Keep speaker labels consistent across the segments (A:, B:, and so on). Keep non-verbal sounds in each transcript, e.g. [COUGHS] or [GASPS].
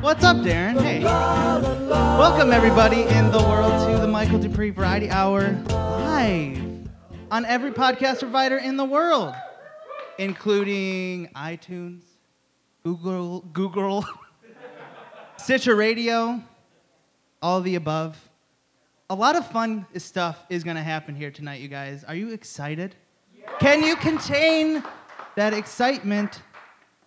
A: What's up, Darren? Hey. Welcome, everybody, in the world to the Michael Dupree Variety Hour live on every podcast provider in the world, including iTunes, Google, Google, [LAUGHS] Stitcher Radio, all the above. A lot of fun stuff is going to happen here tonight, you guys. Are you excited? Can you contain that excitement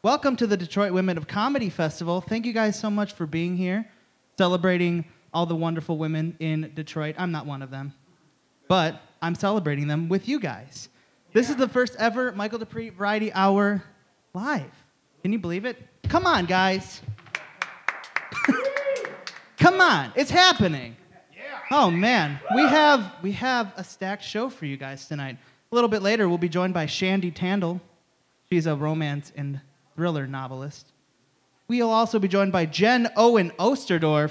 A: Welcome to the Detroit Women of Comedy Festival. Thank you guys so much for being here, celebrating all the wonderful women in Detroit. I'm not one of them, but I'm celebrating them with you guys. This is the first ever Michael Dupree Variety Hour live. Can you believe it? Come on, guys. [LAUGHS] Come on, it's happening. Oh man, we have we have a stacked show for you guys tonight. A little bit later, we'll be joined by Shandy Tandle. She's a romance and thriller novelist. We'll also be joined by Jen Owen Osterdorf.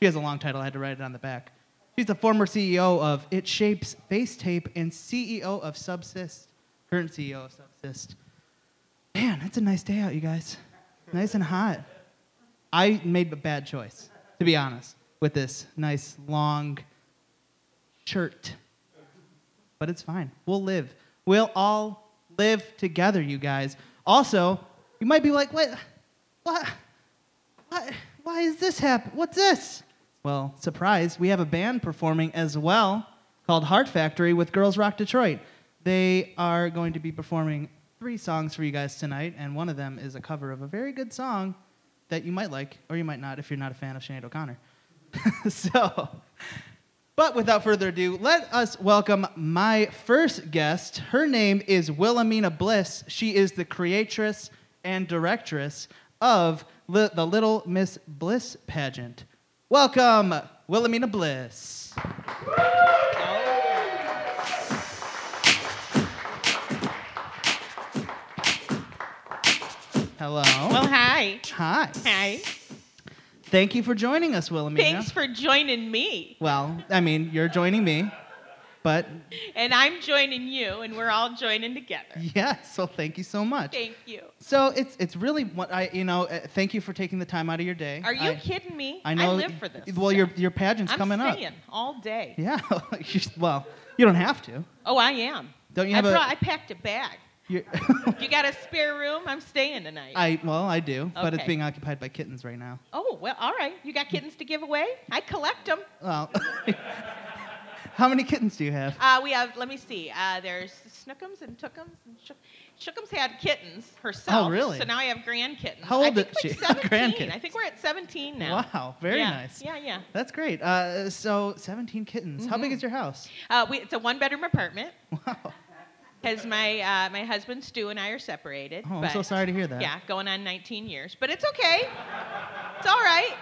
A: She has a long title, I had to write it on the back. She's the former CEO of It Shapes Face Tape and CEO of Subsist, current CEO of Subsist. Man, it's a nice day out, you guys. Nice and hot. I made a bad choice, to be honest, with this nice long shirt but it's fine. We'll live. We'll all live together, you guys. Also, you might be like, what? What? Why, why is this happening? What's this? Well, surprise, we have a band performing as well called Heart Factory with Girls Rock Detroit. They are going to be performing three songs for you guys tonight, and one of them is a cover of a very good song that you might like, or you might not if you're not a fan of Sinead O'Connor. [LAUGHS] so, but without further ado, let us welcome my first guest. Her name is Wilhelmina Bliss. She is the creatress and directress of Li- the Little Miss Bliss pageant. Welcome, Wilhelmina Bliss. Hello.
B: Well, hi.
A: Oh. Hi.
B: Hi.
A: Thank you for joining us, Wilhelmina.
B: Thanks for joining me.
A: Well, I mean, you're joining me, but
B: And I'm joining you, and we're all joining together.
A: yeah, so thank you so much.
B: Thank you.
A: So it's it's really what I you know uh, thank you for taking the time out of your day.
B: Are you
A: I,
B: kidding me?
A: I know.
B: live for this.
A: Well, your your pageant's
B: I'm
A: coming
B: singing
A: up.
B: all day.
A: Yeah. [LAUGHS] You s- well, you don't have to.
B: Oh, I am.
A: Don't you
B: I,
A: have a-
B: brought, I packed a
A: [LAUGHS]
B: bag.
A: You're,
B: You got a spare room? I'm staying tonight.
A: I well I do, but it's
B: Okay.
A: being occupied by kittens right now.
B: oh, well, all right. You got kittens to give away? I collect them.
A: Well, [LAUGHS] how many kittens do you have?
B: Uh, we have, let me see. Uh, there's Snookums and Tookums. And Shook- Shookums had kittens herself.
A: Oh, really?
B: So now I have grandkittens.
A: How old
B: I think
A: is
B: like
A: she? [LAUGHS]
B: 17. I
A: Grandkittens.
B: think we're at 17 now.
A: Wow, very
B: Yeah.
A: nice.
B: Yeah, yeah.
A: That's great. Uh, so 17 kittens. How big is your house?
B: Uh, we, it's a one-bedroom apartment
A: [LAUGHS] Wow.
B: because my uh, my husband Stu and I are separated.
A: Oh, I'm
B: but-
A: so sorry to hear that.
B: Yeah, going on 19 years, but it's okay. It's all right.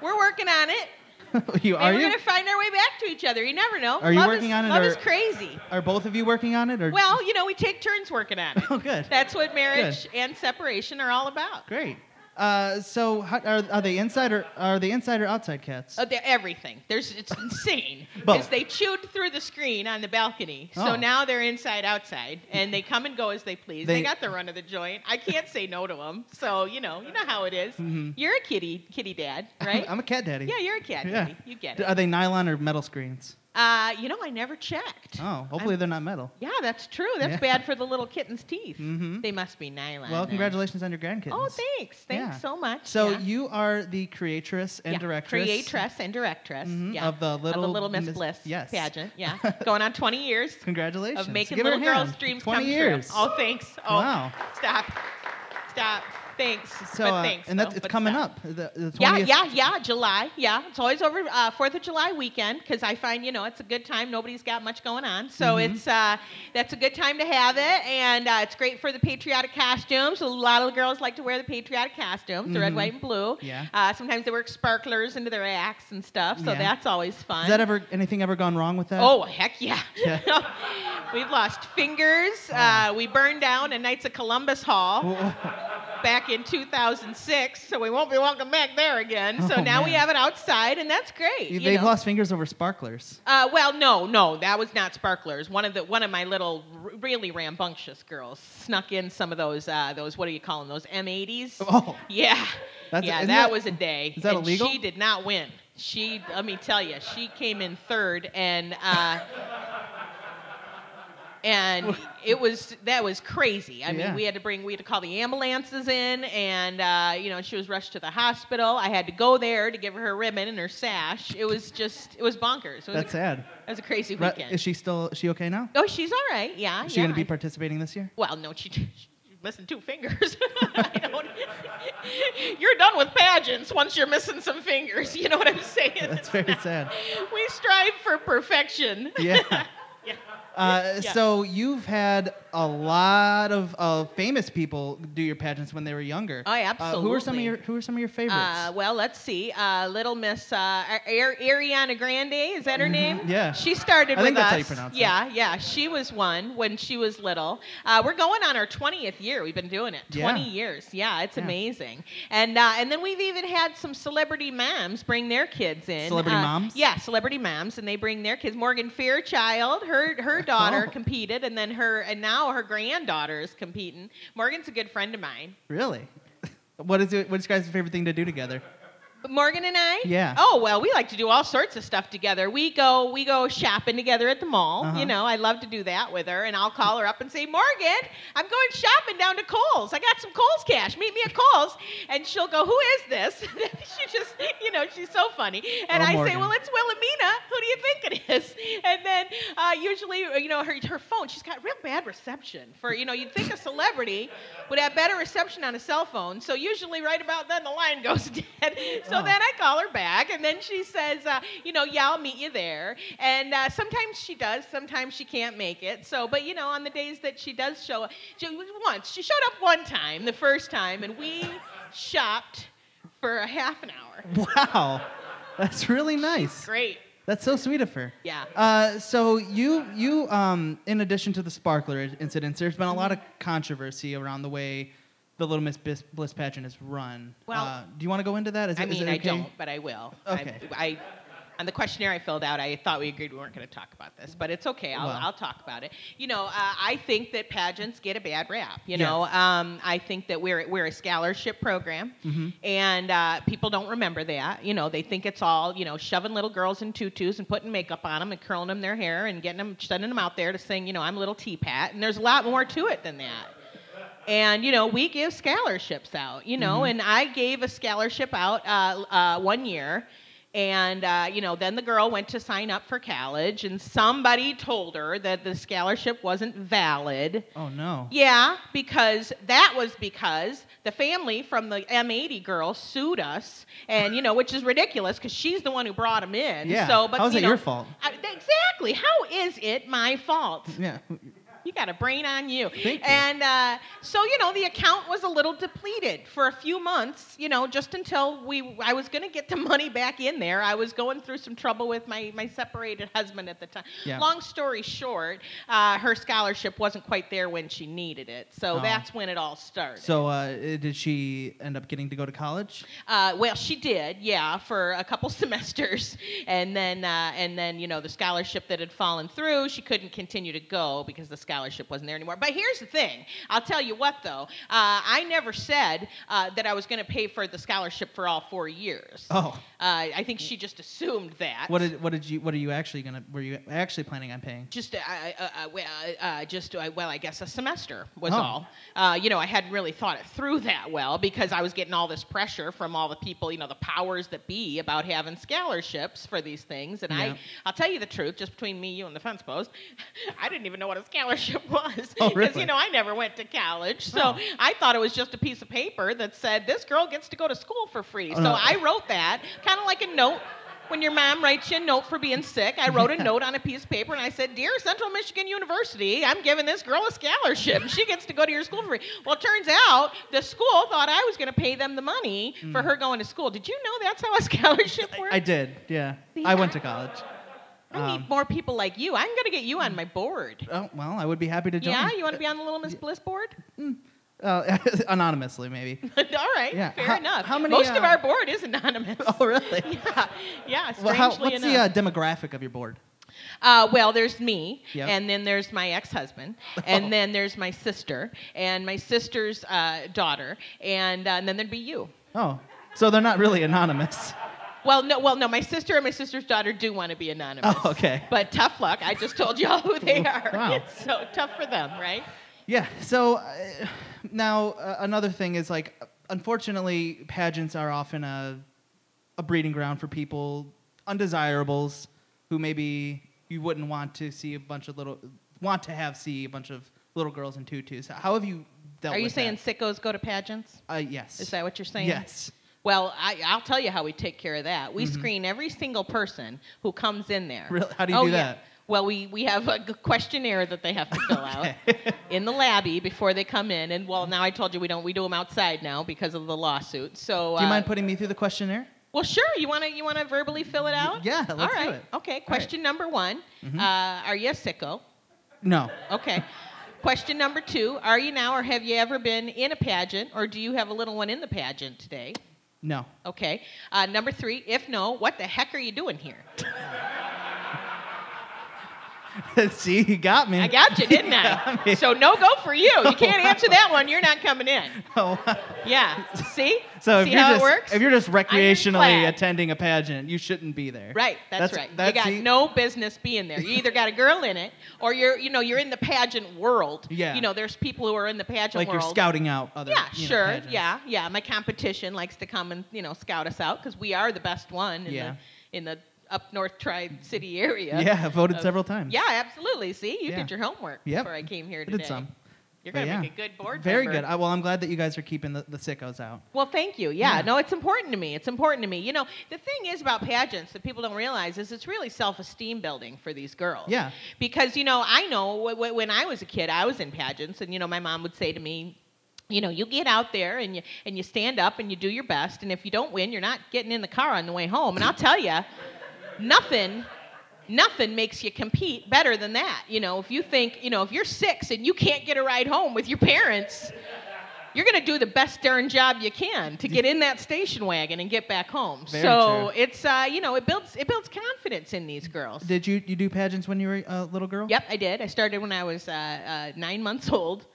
B: We're working on it.
A: [LAUGHS] you
B: Maybe
A: are
B: we're
A: you?
B: gonna find our way back to each other. You never know.
A: Are you
B: Love
A: working
B: is,
A: on it,
B: Love
A: or-
B: is crazy.
A: Are both of you working on it or?
B: Well, you know, we take turns working on it.
A: Oh, good.
B: That's what marriage and separation are all about.
A: Great. Uh, so how, are, are they inside or are they inside or outside cats?
B: Oh, they're everything. There's
A: [LAUGHS]
B: it's insane
A: Both.
B: because they chewed through the screen on the balcony,
A: Oh.
B: so now they're inside outside, and they come and go as they please. They,
A: They-
B: got the run of the joint. I can't say no to them, so you know you know how it is.
A: Mhm.
B: You're a kitty kitty dad, right?
A: [LAUGHS] I'm a cat daddy.
B: yeah, you're a cat
A: Yeah.
B: daddy. You get
A: D-
B: it.
A: Are they nylon or metal
B: [LAUGHS]
A: screens?
B: Uh, you know I never checked.
A: Oh, hopefully
B: I'm-
A: they're not metal.
B: yeah, that's true. That's
A: Yeah.
B: bad for the little kitten's teeth.
A: Mhm.
B: They must be nylon.
A: Well,
B: then.
A: congratulations on your grandkids.
B: Oh, thanks. Thanks
A: Yeah.
B: so much.
A: So
B: yeah.
A: you are the creatress and
B: Yeah,
A: directress.
B: Creatress and directress.
A: Mhm,
B: Yeah.
A: of the Little
B: Miss,
A: Miss-
B: Bliss
A: yes. [LAUGHS]
B: pageant. Yeah. Going on 20 years
A: Congratulations.
B: of making
A: Give her a
B: little girls'
A: hand.
B: dreams
A: 20
B: come
A: years.
B: true. Oh, thanks. Oh,
A: Wow.
B: Stop. Stop. Thanks.
A: So,
B: but
A: uh,
B: thanks.
A: and that's
B: though,
A: it's
B: but
A: coming
B: stop.
A: up. The, the 20th,
B: Yeah, yeah, yeah. July. Yeah. It's always over uh, 4th of July weekend because I find, you know, it's a good time. Nobody's got much going on. So
A: Mhm.
B: it's uh, that's a good time to have it. And uh, it's great for the patriotic costumes. A lot of the girls like to wear the patriotic costumes, the red,
A: Mhm.
B: white, and blue.
A: Yeah.
B: Uh, sometimes they work sparklers into their acts and stuff. So
A: Yeah.
B: that's always fun.
A: Has that ever anything ever gone wrong with that?
B: Oh, heck yeah.
A: Yeah.
B: [LAUGHS]
A: Oh.
B: We've lost fingers.
A: Wow. [LAUGHS]
B: Uh, we burned down a Knights of Columbus Hall.
A: Wh-
B: back in 2006, so we won't be welcome back there again. so
A: Oh,
B: now we
A: man.
B: have it outside, and that's great. you
A: They've
B: know.
A: lost fingers over sparklers.
B: Uh, well, no, no, that was not sparklers. One of the one of my little r- really rambunctious girls snuck in some of those uh, those what do you call them? Those M80s.
A: Oh.
B: Yeah.
A: That's-
B: yeah,
A: isn't
B: that,
A: that-
B: was a day.
A: is that
B: and
A: illegal?
B: She did not win. She, let me tell you, she came in third, and uh, and it was that was crazy. I
A: Yeah.
B: mean, we had to bring, we had to call the ambulances in, and uh, you know, she was rushed to the hospital. I had to go there to give her her ribbon and her sash. It was just, it was bonkers. It was a-
A: That's sad.
B: it was a crazy
A: Re-
B: weekend.
A: Is she still? Is she okay now?
B: oh, she's all right. Yeah.
A: Is she gonna
B: yeah.
A: be participating this
B: [LAUGHS]
A: year?
B: Well, no, she, she missing two fingers. [LAUGHS] I don't, you're done with pageants once you're missing some fingers. You know what I'm saying?
A: That's very sad.
B: [LAUGHS] We strive for perfection. [LAUGHS]
A: Yeah.
B: Yeah.
A: Uh,
B: Yeah.
A: So you've had a lot of uh, famous people do your pageants when they were younger.
B: Oh, yeah,
A: Uh, who are some of
B: absolutely.
A: your Who are some of your favorites?
B: Uh, well, let's see. Uh, little Miss uh, Ar- Ariana Grande, is that her name?
A: Mm-hmm. yeah.
B: She started
A: I
B: with
A: think that's
B: us.
A: how you pronounce it.
B: yeah, yeah. She was one when she was little. Uh, we're going on our 20th year. We've been doing it
A: Yeah.
B: 20 years. Yeah, it's
A: Yeah.
B: amazing. And uh, and then we've even had some celebrity moms bring their kids in.
A: Celebrity
B: Uh,
A: moms?
B: Yeah, celebrity moms, and they bring their kids. Morgan Fairchild, her her daughter
A: [LAUGHS] Oh.
B: competed, and then her and now her granddaughter is competing. Morgan's a good friend of mine.
A: really? [LAUGHS] what is it? What's your guys' favorite thing to do together?
B: Morgan and I?
A: Yeah.
B: Oh well, we like to do all sorts of stuff together. We go we go shopping together at the mall.
A: Uh-huh.
B: You know, I love to do that with her, and I'll call her up and say, Morgan, I'm going shopping down to Kohl's. I got some Kohl's cash. Meet me at Kohl's, and she'll go, Who is this? [LAUGHS] she just, you know, she's so funny. And
A: Oh,
B: I say,
A: Morgan.
B: Well, it's Wilhelmina. Who do you think it is? [LAUGHS] And then uh, usually, you know, her her phone. She's got real bad reception for you know. You'd think a celebrity would have better reception on a cell phone. So usually, right about then, the line [LAUGHS] goes dead. So
A: Oh.
B: then I call her back, and then she says, uh, you know, yeah, I'll meet you there. And uh, sometimes she does, sometimes she can't make it. So, but you know, on the days that she does show up, she, once she showed up one time, the first time, and we shopped for a half an hour.
A: Wow, that's really nice.
B: Great.
A: That's so sweet of her.
B: Yeah.
A: Uh, so you you um, in addition to the sparkler incidents, there's been a lot of
B: Mm-hmm.
A: controversy around the way the Little Miss Bis- Bliss pageant is run.
B: Well-
A: uh, do you want to go into that? Is
B: I
A: it- is
B: mean,
A: it
B: I
A: okay?
B: don't, but I will.
A: Okay.
B: I, I, on the questionnaire I filled out, I thought we agreed we weren't going to talk about this, but it's okay. I'll,
A: Well.
B: I'll talk about it. You know, uh, I think that pageants get a bad rap. You
A: Yes.
B: know, um, I think that we're we're a scholarship program,
C: Mm-hmm.
B: and uh, people don't remember that. You know, they think it's all you know shoving little girls in tutus and putting makeup on them and curling them their hair and getting them sending them out there to sing. You know, I'm a little teapot, and there's a lot more to it than that and you know we give scholarships out you know
A: Mm-hmm.
B: and i gave a scholarship out uh, uh, one year and uh, you know then the girl went to sign up for college and somebody told her that the scholarship wasn't valid
A: Oh no.
B: yeah, because that was because the family from the M80 girl sued us, and you know, which is ridiculous because she's the one who brought him in.
A: Yeah,
B: So, but
A: how is
B: you
A: it
B: know,
A: your fault?
B: I- exactly. How is it my fault?
A: Yeah.
B: You got a brain on you.
A: Thank you.
B: And uh, so, you know, the account was a little depleted for a few months, you know, just until we I was going to get the money back in there. I was going through some trouble with my, my separated husband at the time.
A: Yeah.
B: Long story short, uh, her scholarship wasn't quite there when she needed it. So
A: Oh.
B: that's when it all started.
A: So uh, did she end up getting to go to college?
B: Uh, well, she did, yeah, for a couple [LAUGHS] semesters, and then uh, and then you know the scholarship that had fallen through, she couldn't continue to go because the scholarship wasn't there anymore. But here's the thing, I'll tell you what though, uh, I never said uh, that I was going to pay for the scholarship for all four years.
A: Oh.
B: Uh, I think she just assumed that.
A: What did what did you what are you actually gonna were you actually planning on paying?
B: Just, uh, uh, uh, well, uh, uh, just uh, well, I guess a semester was
A: Oh.
B: all. Uh, you know, I hadn't really thought it through that well because I was getting all this pressure from all the people, you know, the powers that be about having scholarships for these things. And
A: Yeah.
B: I, I'll tell you the truth, just between me, you, and the fence post, [LAUGHS] I didn't even know what a scholarship [LAUGHS] was
A: Oh, really?
B: you know I never went to college, so
A: Oh.
B: I thought it was just a piece of paper that said this girl gets to go to school for free.
A: Oh,
B: So
A: no.
B: I wrote that kind of like a note. When your mom writes you a note for being sick, I wrote
A: [LAUGHS]
B: a note on a piece of paper and I said, Dear Central Michigan University, I'm giving this girl a scholarship. She gets to go to your school for free. Well, it turns out the school thought I was going to pay them the money
A: Mm.
B: for her going to school. Did you know that's how a [LAUGHS] scholarship works?
A: I did, yeah.
B: See,
A: I went
B: I-
A: to college.
B: I
A: um,
B: need more people like you. I'm going to get you on my board.
A: Oh well, I would be happy to join.
B: Yeah, you want to be on the Little Miss Bliss board?
A: Uh, [LAUGHS] anonymously, maybe.
B: [LAUGHS] All right,
A: Yeah.
B: fair
A: How-
B: enough.
A: how many,
B: Most of
A: uh,
B: our board is anonymous.
A: [LAUGHS] Oh, really?
B: [LAUGHS] yeah, yeah. Strangely
A: Well, how, what's
B: enough.
A: the uh, demographic of your board?
B: Uh, well, there's me,
A: Yep.
B: and then there's my ex-husband,
A: [LAUGHS]
B: and then there's my sister, and my sister's uh, daughter, and, uh, and then there'd be you.
A: Oh, so they're not really
B: [LAUGHS]
A: anonymous.
B: Well, no, well, no. My sister and my sister's daughter do want to be anonymous.
A: Oh, okay.
B: But tough luck. I just told y'all who they are.
A: Wow.
B: [LAUGHS] so tough for them, right?
A: Yeah. So uh, now uh, another thing is like, unfortunately, pageants are often a a breeding ground for people undesirables who maybe you wouldn't want to see a bunch of little want to have see a bunch of little girls in tutus. How have you dealt?
B: are you
A: with
B: saying
A: that?
B: sickos go to pageants?
A: Uh, yes.
B: Is that what you're saying?
A: Yes. Mm-hmm.
B: Well, I, I'll tell you how we take care of that. We screen every single person who comes in there.
A: Really? How do you
B: Oh,
A: do
B: yeah.
A: that?
B: Well, we, we have a g- questionnaire that they have to
A: [LAUGHS]
B: fill out in the labby before they come in. And well, now I told you we don't we do them outside now because of the lawsuit. So
A: Do you
B: uh,
A: mind putting me through the questionnaire?
B: Well, sure. You want to you want to verbally fill it out?
A: yeah,
B: All
A: let's do
B: right.
A: it. Mm-hmm.
B: Okay. Question number one: uh, Are you a sicko?
A: No.
B: Okay. Question number two: Are you now, or have you ever been in a pageant, or do you have a little one in the pageant today?
A: No. [LAUGHS]
B: Okay. Uh, number three: If no, what the heck are you doing here?
A: see, you got me. [LAUGHS]
B: I got you, didn't
A: Yeah, I
B: I?
A: mean-
B: So no go for you. You can't answer that one. You're not coming in.
A: [LAUGHS] Oh, wow.
B: Yeah. See?
A: So if
B: See
A: you're
B: how
A: just
B: it works?
A: if you're just recreationally
B: Ironclad.
A: attending a pageant, you shouldn't be there. e
B: Right, that's, right. you got
A: see-
B: no business being there. You either got a girl in it, or you're, you know, you're in the pageant world.
A: Yeah.
B: You know, there's people who are in the pageant
A: like
B: world.
A: you're scouting out other.
B: Yeah,
A: you know,
B: sure.
A: pageants.
B: Yeah, yeah. My competition likes to come and you know scout us out because we are the best one in
A: Yeah.
B: the in the up north tri city area.
A: Yeah, I voted
B: Of-
A: several times.
B: Yeah, absolutely. See, you
A: Yeah.
B: did your homework
A: Yep.
B: before I came here
A: I
B: today.
A: did some.
B: You're
A: But
B: gonna
A: yeah.
B: make a good board.
A: Very
B: member.
A: good. I, well, I'm glad that you guys are keeping the, the sickos out.
B: Well, thank you. Yeah,
A: Yeah.
B: no, it's important to me. It's important to me. You know, the thing is about pageants that people don't realize is it's really self-esteem building for these girls.
A: Yeah.
B: Because you know, I know wh- wh- when I was a kid, I was in pageants, and you know, my mom would say to me. You know, you get out there and you and you stand up and you do your best, and if you don't win, you're not getting in the car on the way home. And I'll tell you, nothing nothing makes you compete better than that. You know, if you think, you know, if you're six and you can't get a ride home with your parents, you're going to do the best darn job you can to get in that station wagon and get back home.
A: Very
B: so
A: true.
B: it's, uh, you know, it builds it builds confidence in these girls.
A: Did you you do pageants when you were a little girl?
B: Yep, I did. I started when I was uh, uh, nine months old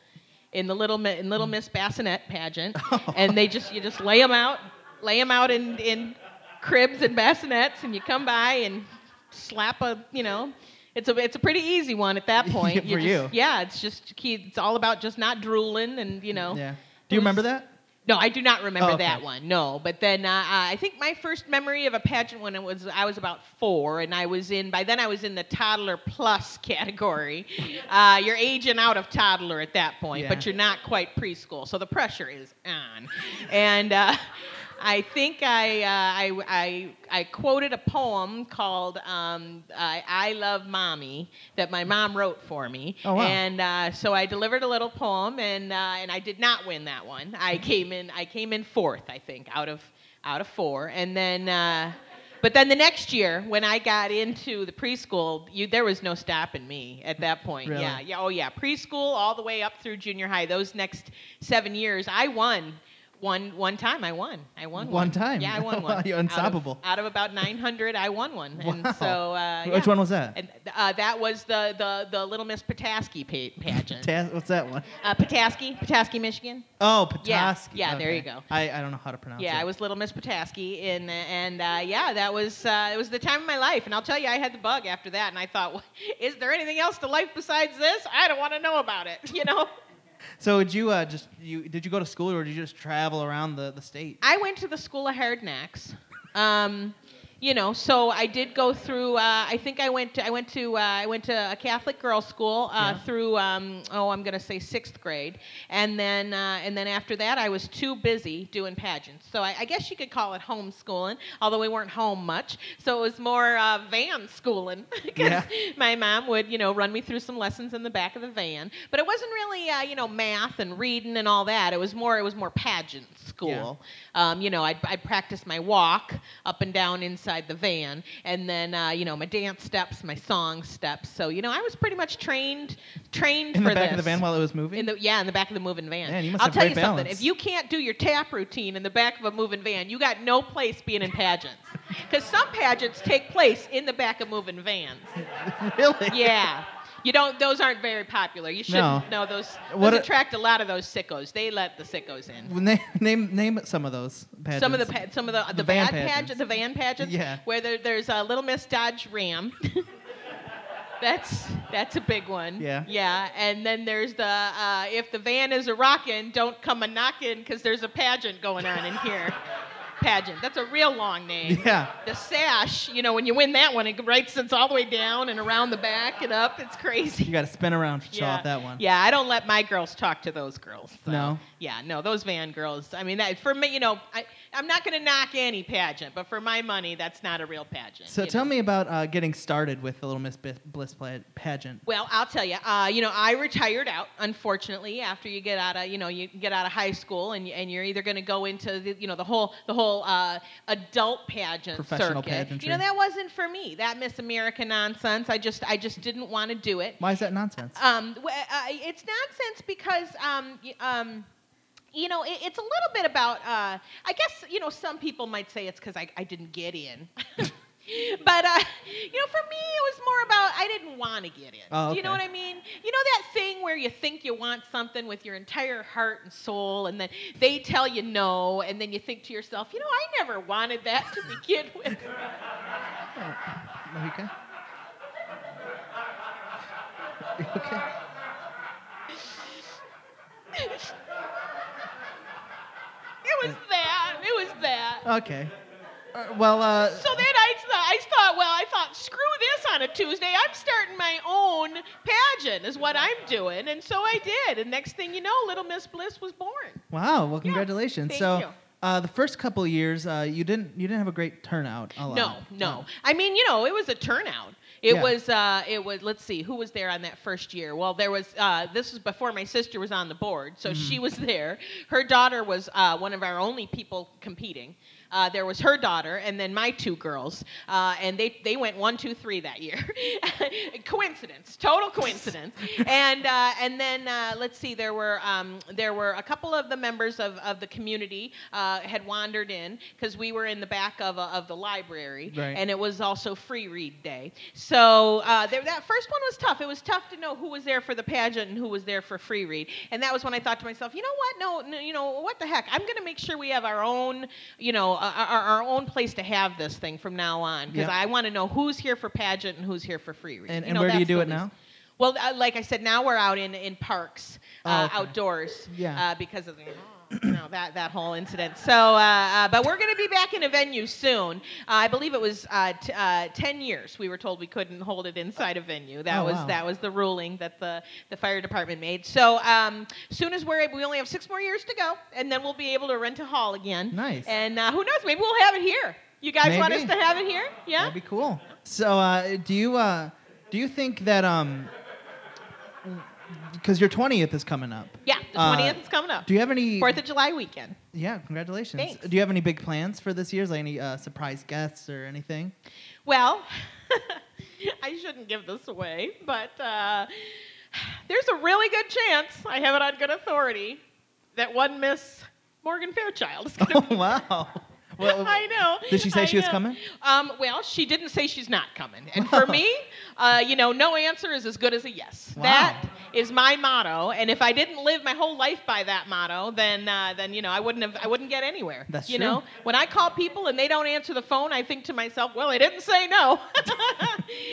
B: in the little Mi- in Little
A: Mm.
B: Miss Bassinet
A: [LAUGHS]
B: pageant, and they just you just lay them out, lay 'em out in in cribs and bassinets, and you come by and slap a you know. It's a, it's a pretty easy one at
A: [LAUGHS]
B: that point.
A: For you.
B: just- Yeah, it's just key. It's all about just not drooling and, you know.
A: Yeah. Do you remember
B: who's-
A: that?
B: No, I do not remember
A: Oh, okay.
B: that one. No, but then uh, uh, I think my first memory of a pageant when it was I was about four, and I was in by then I was in the toddler plus [LAUGHS] category. Uh, you're aging out of toddler at that point,
A: Yeah.
B: but you're not quite preschool, so the pressure is on. and uh, [LAUGHS] I think I, uh, I I I quoted a poem called um, I, "I Love Mommy" that my mom wrote for me,
A: Oh, wow.
B: and and uh, so I delivered a little poem, and uh, and I did not win that one. I came in I came in fourth, I think, out of out of four, and then. Uh, but then the next year, when I got into the preschool, you, there was no stopping me at that point.
A: Really?
B: Yeah, yeah, oh yeah, preschool all the way up through junior high. Those next seven years, I won. One one time, I won. I won
A: One
B: one.
A: time?
B: Yeah,
A: [LAUGHS]
B: I won
A: Wow,
B: one.
A: you're
B: Out of-
A: unstoppable.
B: Out of, about 900, I won one.
A: Wow.
B: And so, uh,
A: Which
B: yeah.
A: one was that?
B: And uh, that was the, the, the Little Miss Petoskey pa- pageant.
A: Tas- what's that one?
B: uh, Petoskey, Petoskey, Michigan.
A: Oh,
B: Yeah.
A: Petoskey.
B: Yeah, there you
A: Okay.
B: go.
A: I, I don't know how to pronounce it.
B: Yeah, I was Little Miss Petoskey, and and uh, yeah, that was uh, it was the time of my life. And I'll tell you, I had the bug after that, and I thought, [LAUGHS] "Well, is there anything else to life besides this? I don't want to know about it. [LAUGHS] You know.
A: So did you uh, just you did you go to school or did you just travel around the, the state?
B: I went to the School of Hard Knocks. Um, you know, so I did go through. Uh, I think I went. To, I went to. Uh, I went to a Catholic girls' school uh,
A: Yeah.
B: through. Um, oh, I'm gonna say sixth grade, and then uh, and then after that, I was too busy doing pageants. So I, I guess you could call it homeschooling, although we weren't home much. So it was more uh, van schooling [LAUGHS] because
A: Yeah.
B: my mom would, you know, run me through some lessons in the back of the van. But it wasn't really, uh, you know, math and reading and all that. It was more, it was more pageant school. Um, you know, I'd, I'd practice my walk up and down in outside the van, and then uh, you know my dance steps, my song steps. So you know I was pretty much trained trained
A: in
B: for
A: the back
B: this.
A: of the van while it was moving. [LAUGHS]
B: In the yeah, in the back of the moving van.
A: Man, you must
B: I'll
A: have
B: tell
A: great
B: you something.
A: balance.
B: If you can't do your tap routine in the back of a moving van, you got no place being in pageants. Because some pageants take place in the back of moving vans.
A: really?
B: Yeah. You don't; those aren't very popular. You shouldn't. No, those, those
A: What a-
B: attract a lot of those sickos. They let the sickos in.
A: Well, name, name name some of those. Pageants.
B: Some of the pa- some of the the,
A: The van
B: bad pageants.
A: pageants.
B: the van pageants.
A: Yeah.
B: Where there, there's a Little Miss Dodge Ram. [LAUGHS] that's that's a big one.
A: Yeah.
B: Yeah, and then there's the uh, if the van is a rockin', don't come a knockin' because there's a pageant going on in here. [LAUGHS] pageant. That's a real long name.
A: Yeah.
B: The sash, you know, when you win that one, it right sits all the way down and around the back and up. It's crazy.
A: You got to spin around to show off that one.
B: Yeah, I don't let my girls talk to those girls. so-
A: No?
B: Yeah, no, those van girls. I mean, that for me, you know, I, I'm not going to knock any pageant, but for my money, that's not a real pageant.
A: So
B: you
A: tell
B: know.
A: me about uh, getting started with the Little Miss Bi- Bliss pla- pageant.
B: Well, I'll tell you. Uh, you know, I retired out. Unfortunately, after you get out of you know you get out of high school, and and you're either going to go into the, you know the whole the whole uh, adult pageant
A: Professional
B: circuit.
A: pageantry.
B: You know, that wasn't for me. That Miss America nonsense. I just I just didn't want to do it.
A: Why is that nonsense?
B: Um, w- uh, it's nonsense because um, y- um, you know it, it's a little bit about. Uh, I guess you know some people might say it's because I, I didn't get in. [LAUGHS] But uh, you know, for me, it was more about I didn't want to get in.
A: Oh,
B: Do You know what
A: okay.
B: I mean? You know that thing where you think you want something with your entire heart and soul, and then they tell you no, and then you think to yourself, you know, I never wanted that to begin with. [LAUGHS]
A: Are Oh, you okay? [LAUGHS] You okay?
B: [LAUGHS] It was that. It was that.
A: Okay. Uh, well, uh,
B: So then I thought, I thought, well, I thought, screw this on a Tuesday. I'm starting my own pageant, is what I'm doing. And so I did. And next thing you know, Little Miss Bliss was born.
A: wow. Well, congratulations.
B: thank
A: so,
B: you.
A: Uh, the first couple of years, uh, you didn't you didn't have a great turnout. A lot.
B: No, no.
A: Uh,
B: I mean, you know, it was a turnout. It
A: Yeah.
B: was, uh, it was. Let's see, who was there on that first year? Well, there was. Uh, this was before my sister was on the board, so
A: Mm-hmm.
B: she was there. Her daughter was uh, one of our only people competing. Uh, there was her daughter, and then my two girls, uh, and they they went one, two, three that year. [LAUGHS] coincidence, total coincidence. and uh, and then uh, let's see, there were um, there were a couple of the members of, of the community uh, had wandered in because we were in the back of a, of the library,
A: Right.
B: [LAUGHS] and it was also free read day. So uh, there, that first one was tough. It was tough to know who was there for the pageant and who was there for free read. And that was when I thought to myself, you know what? No, no you know what the heck? I'm going to make sure we have our own, you know, our, our our own place to have this thing from now on because
A: Yep.
B: I want to know who's here for pageant and who's here for free read.
A: And-
B: You
A: and
B: know,
A: where do you
B: that's
A: do
B: the
A: it now?
B: least- Well, uh, like I said, now we're out in in parks,
A: Oh,
B: uh,
A: okay.
B: outdoors,
A: Yeah.
B: uh, because of the. You know, that that whole incident. So, uh, uh, but we're going to be back in a venue soon. Uh, I believe it was uh, t- uh, ten years. We were told we couldn't hold it inside a venue. That
A: Oh,
B: was
A: wow.
B: that was the ruling that the the fire department made. So, um, soon as we're able, we only have six more years to go, and then we'll be able to rent a hall again.
A: Nice.
B: And uh, who knows? Maybe we'll have it here. You guys want us
A: Maybe.
B: to have it here? Yeah.
A: That'd be cool. So, uh, do you uh, do you think that um, because your twentieth is coming up?
B: Yeah, the
A: Uh,
B: twentieth is coming up.
A: Do you have any?
B: Fourth of July weekend.
A: yeah, congratulations.
B: Thanks.
A: Do you have any big plans for this year's? Like any uh, surprise guests or
B: [LAUGHS]
A: anything?
B: Well, I shouldn't give this away, but uh, there's a really good chance I have it on good authority that one Miss Morgan Fairchild is going to
A: Oh [LAUGHS] wow. [LAUGHS] Well,
B: I know.
A: Did she say
B: I
A: she was
B: know.
A: coming?
B: Um, well, she didn't say she's not coming. And
A: [LAUGHS]
B: for me, uh, you know, no answer is as good as a yes.
A: Wow.
B: That is my motto. And if I didn't live my whole life by that motto, then uh, then you know I wouldn't have I wouldn't get anywhere.
A: That's
B: you
A: true.
B: know, when I call people and they don't answer the phone, I think to myself, well, they didn't say no.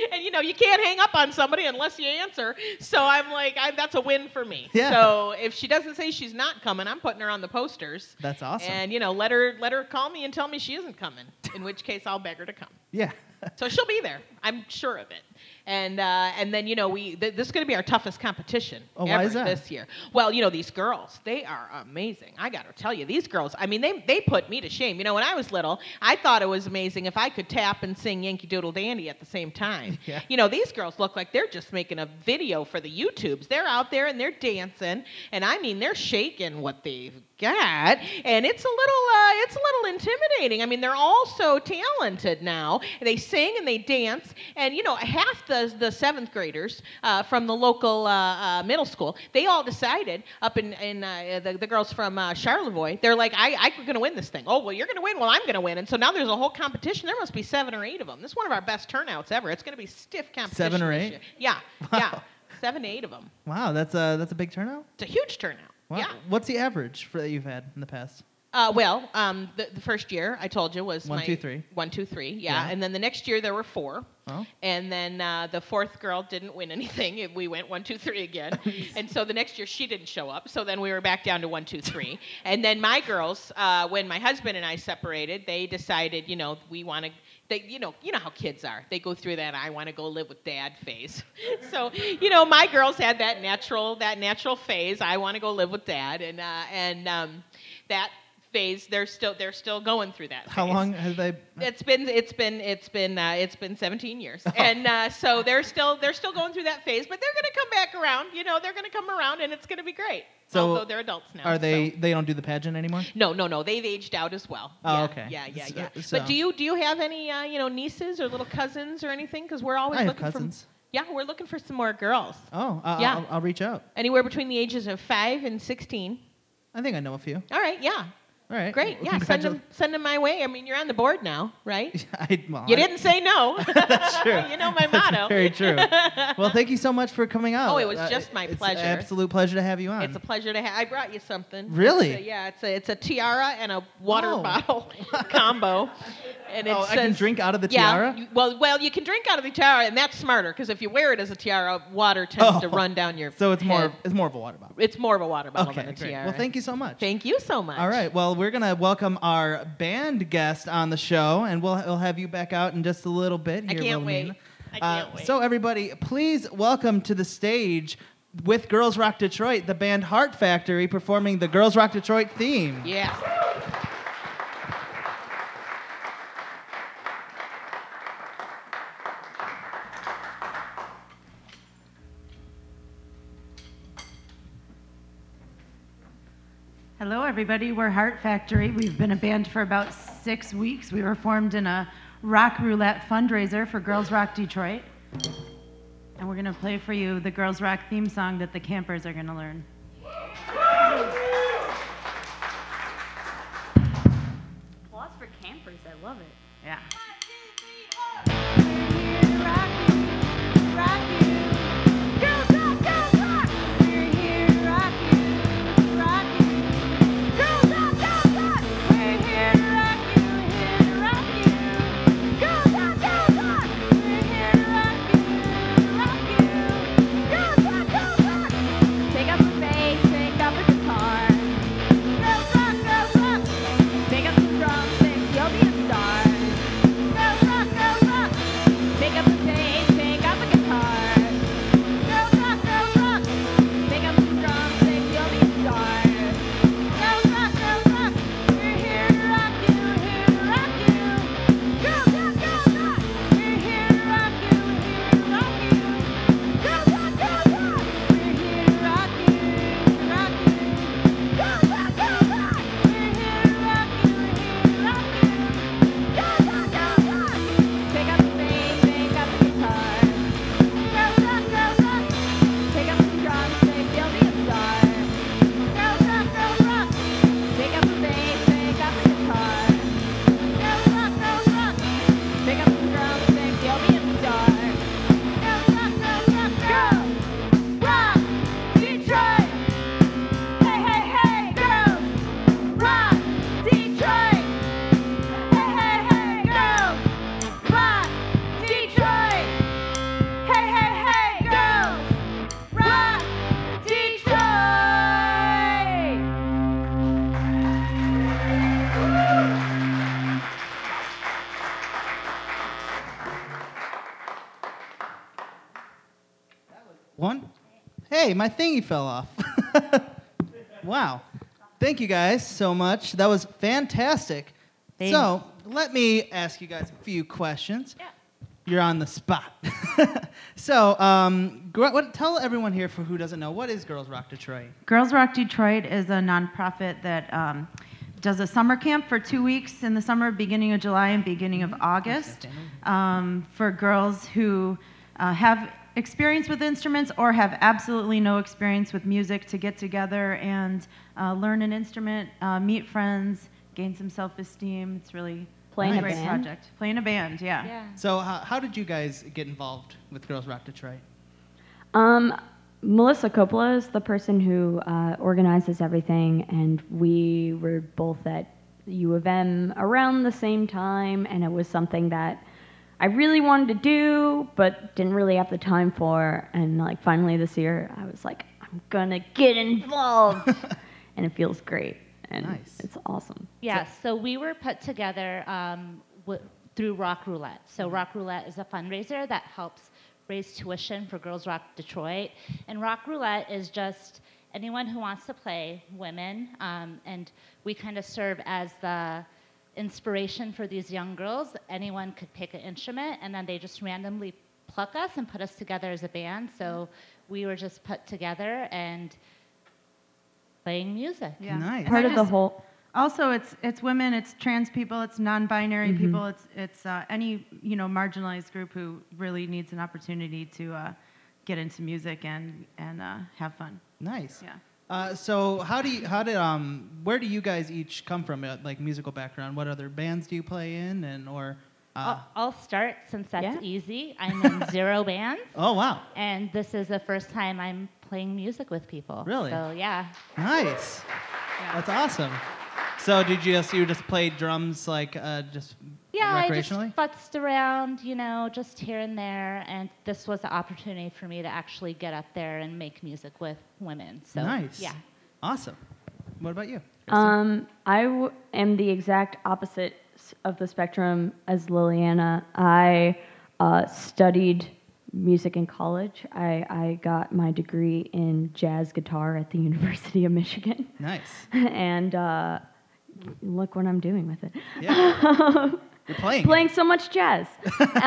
B: [LAUGHS] and you know, you can't hang up on somebody unless you answer. So I'm like, I, that's a win for me.
A: Yeah.
B: So if she doesn't say she's not coming, I'm putting her on the posters.
A: That's awesome.
B: And you know, let her let her call me and tell me she isn't coming. In which case, I'll beg her to come.
A: Yeah.
B: [LAUGHS] so she'll be there. I'm sure of it. And uh, and then you know we th- this is going to be our toughest competition
A: Oh, why
B: ever
A: is that?
B: this year. Well, you know these girls, they are amazing. I got to tell you, these girls. I mean, they they put me to shame. You know, when I was little, I thought it was amazing if I could tap and sing Yankee Doodle Dandy at the same time.
A: [LAUGHS] Yeah.
B: You know, these girls look like they're just making a video for the YouTubes. They're out there and they're dancing, and I mean they're shaking what they've got, and it's a little uh, it's a little intimidating. I mean, they're all so talented now. They sing and they dance, and you know, half the the seventh graders uh, from the local uh, uh, middle school, they all decided up in in uh, the, the girls from uh, Charlevoix, they're like, I I'm gonna win this thing. Oh well, you're gonna win. Well, I'm gonna win. And so now there's a whole competition. There must be seven or eight of them. This is one of our best turnouts ever. It's gonna be stiff competition.
A: Seven or
B: this
A: eight?
B: year. Yeah, yeah,
A: Wow.
B: seven to eight of them.
A: Wow, that's a that's a big turnout.
B: It's a huge turnout.
A: Wow.
B: Yeah.
A: What's the average for that you've had in the past?
B: Uh, well, um, the, the first year I told you was
A: One,
B: my-
A: two, three.
B: one, two, three, Yeah.
A: Yeah.
B: and then the next year there were four.
A: Oh,
B: And then uh, the fourth girl didn't win [LAUGHS] anything. and We went one, two, three again. and so the next year she didn't show up. So then we were back down to one, two, three. And then my girls, uh, when my husband and I separated, they decided, you know, we want to. They, you know, you know how kids are. They go through that "I want to go live with Dad" phase. [LAUGHS] so, you know, my girls had that natural, that natural phase. I want to go live with Dad, and uh, and um, that phase. They're still, they're still going through that.
A: how
B: phase.
A: long have they?
B: It's been it's been it's been uh, it's been
A: [LAUGHS]
B: 17 years, and uh, so they're still they're still going through that phase, but they're going to come back around. You know, they're going to come around, and it's going to be great.
A: So,
B: Although they're adults now.
A: Are they?
B: so-
A: They don't do the pageant anymore.
B: No, no, no. They've aged out as well.
A: Oh,
B: yeah,
A: okay.
B: Yeah, yeah,
A: S-
B: yeah.
A: so-
B: But do you do you have any uh, you know nieces or little cousins or anything? Because we're always
A: I have
B: looking
A: cousins.
B: for yeah, we're looking for some more girls,
A: Oh, I,
B: Yeah.
A: I'll, I'll reach out.
B: anywhere between the ages of five and 16.
A: I think I know a few. [LAUGHS]
B: All right, yeah,
A: All right.
B: great, yeah. Send them send them my way. I mean, you're on the board now,
A: [LAUGHS]
B: right?
A: Congratulations. I, well,
B: You
A: I-
B: didn't say no.
A: That's true.
B: [LAUGHS] you know my
A: That's
B: motto.
A: Very
B: [LAUGHS]
A: true. [LAUGHS] Well, thank you so much for coming out. Uh,
B: Oh, it was just my
A: it's
B: pleasure.
A: An absolute pleasure to have you on.
B: It's a pleasure to have. I brought you something.
A: Really?
B: It's a- yeah, it's a it's a tiara and a water
A: Oh. [LAUGHS]
B: bottle [LAUGHS] combo, and it
A: oh,
B: says.
A: I can drink out of the
B: yeah,
A: tiara.
B: you- well, well, you can drink out of the tiara, and that's smarter because if you wear it as a tiara, water tends to
A: Oh.
B: run down your.
A: so it's more.
B: head.
A: It's more of a water bottle.
B: It's more of a water bottle
A: okay.
B: than a
A: great.
B: tiara.
A: Well, thank you so much.
B: Thank you so much.
A: All right. Well, we're gonna welcome our band guest on the show, and we'll, we'll have you back out in just a little bit.
B: I
A: Here,
B: can't
A: Wilhelmina.
B: wait. I can't
A: Uh,
B: wait.
A: So, everybody, please welcome to the stage with Girls Rock Detroit, the band Heart Factory performing the Girls Rock Detroit theme.
B: yeah.
D: Hello, everybody. We're Heart Factory. We've been a band for about six weeks. We were formed in a rock roulette fundraiser for Girls Rock Detroit. And we're going to play for you the Girls Rock theme song that the campers are going to learn.
E: Applause for campers. I love it.
D: Yeah.
E: Take up a bass, take up a guitar. Girls rock, girls rock. Pick up some drums and you'll be a star.
A: One. Hey, my thingy fell off. [LAUGHS] wow. Thank you guys so much. That was fantastic.
F: Thanks.
A: So, let me ask you guys a few questions.
E: Yeah.
A: You're on the spot. [LAUGHS] so, um, gr- what, tell everyone here for who doesn't know what is Girls Rock Detroit?
D: Girls Rock Detroit is a nonprofit that um, does a summer camp for two weeks in the summer, beginning of July and beginning of August, um, for girls who uh, have experience with instruments or have absolutely no experience with music to get together and uh, learn an instrument, uh, meet friends, gain some self esteem. It's really
F: Play in a
D: great
F: band?
D: project. Play in a band, yeah.
A: So, how, how did you guys get involved with Girls Rock Detroit?
F: Um, Melissa Coppola is the person who uh, organizes everything, and we were both at U of M around the same time, and it was something that I really wanted to do, but didn't really have the time for. And like finally this year, I was like, I'm gonna get involved, and it feels great, and
A: Nice.
F: it's awesome.
G: Yeah, so we were put together um, w- through Rock Roulette. So
F: Mm-hmm.
G: Rock Roulette is a fundraiser that helps raise tuition for Girls Rock Detroit, and Rock Roulette is just anyone who wants to play, women, um, and we kind of serve as the inspiration for these young girls. Anyone could pick an instrument, and then they just randomly pluck us and put us together as a band. So
F: Mm-hmm.
G: we were just put together and playing music.
D: Yeah.
A: Nice.
D: And
F: Part
D: I
F: of the
D: just-
F: whole
D: Also, it's it's women, it's trans people, it's non-binary
F: Mm-hmm.
D: people, it's it's uh, any you know marginalized group who really needs an opportunity to uh, get into music and and uh, have fun.
A: Nice.
D: Yeah.
A: Uh, so how do you how did um where do you guys each come from uh, like musical background? What other bands do you play in and or uh,
G: I'll, I'll start since that's
F: Yeah.
G: easy.
A: [LAUGHS]
G: I'm in zero bands,
A: oh wow
G: and this is the first time I'm playing music with people.
A: Really?
G: So yeah,
A: nice
D: Yeah.
A: that's awesome. So did you just you just play drums like uh, just
G: yeah. I just
A: recreationally?
G: futzed around, you know, just here and there, and this was the opportunity for me to actually get up there and make music with women. So
A: nice
G: yeah.
A: awesome. What about you?
F: Um, I w- am the exact opposite s- of the spectrum as Liliana. I uh, studied music in college. I, I got my degree in jazz guitar at the [LAUGHS] University of Michigan. [LAUGHS]
A: Nice
F: and uh, look what I'm doing with Um, it. [LAUGHS]
A: Yeah. you're playing it.
F: Playing so much jazz.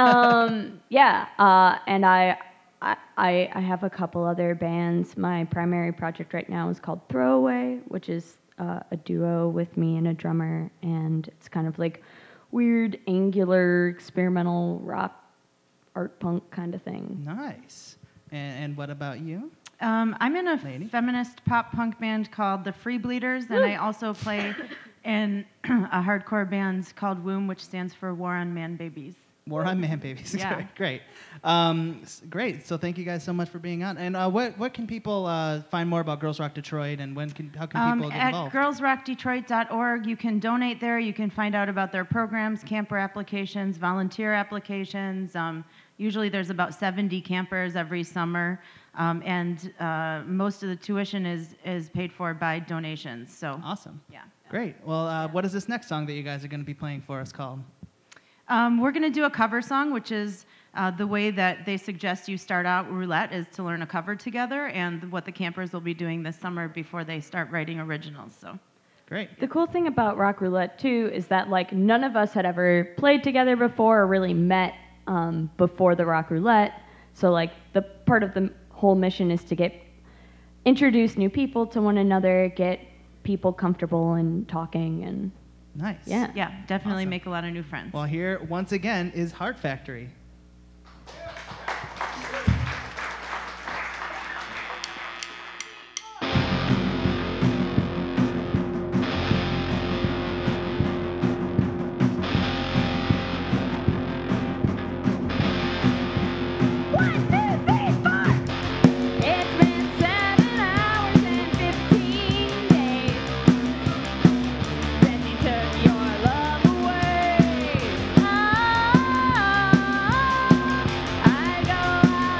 F: um, yeah, uh, and I, I, I I have a couple other bands. My primary project right now is called Throwaway, which is uh, a duo with me and a drummer, and it's kind of like weird, angular, experimental rock, art punk kind of thing.
A: nice. And, and what about you?
D: Um, I'm in a
A: Lady.
D: feminist pop punk band called the Free Bleeders, and I also play in [CLEARS THROAT] a hardcore band called Womb, which stands for War on Man Babies.
A: War on Man Babies. [LAUGHS]
D: Yeah.
A: great. Great. Um, s- great. So thank you guys so much for being on. And uh, what, what can people uh, find more about Girls Rock Detroit and when can, how can
D: Um,
A: people get
D: at
A: involved?
D: girlsrockdetroit.org, you can donate there. You can find out about their programs, camper applications, volunteer applications. Um, usually, there's about 70 campers every summer, um, and uh, most of the tuition is is paid for by donations. So,
A: awesome.
D: yeah.
A: Great. Well, uh, what is this next song that you guys are going to be playing for us called?
D: Um, we're going to do a cover song, which is uh, the way that they suggest you start out roulette is to learn a cover together, and what the campers will be doing this summer before they start writing originals. So,
A: Great.
F: The cool thing about Rock Roulette too is that like none of us had ever played together before or really met um, before the Rock Roulette. So like the part of the whole mission is to get introduce new people to one another, get people comfortable and talking and
A: Nice.
F: yeah.
D: yeah, definitely
A: Awesome.
D: make a lot of new friends.
A: Well, here once again is Heart Factory.
E: It's been seven hours and fifteen days Oh, since you took your love away. Ah, Oh, Ah, Ah,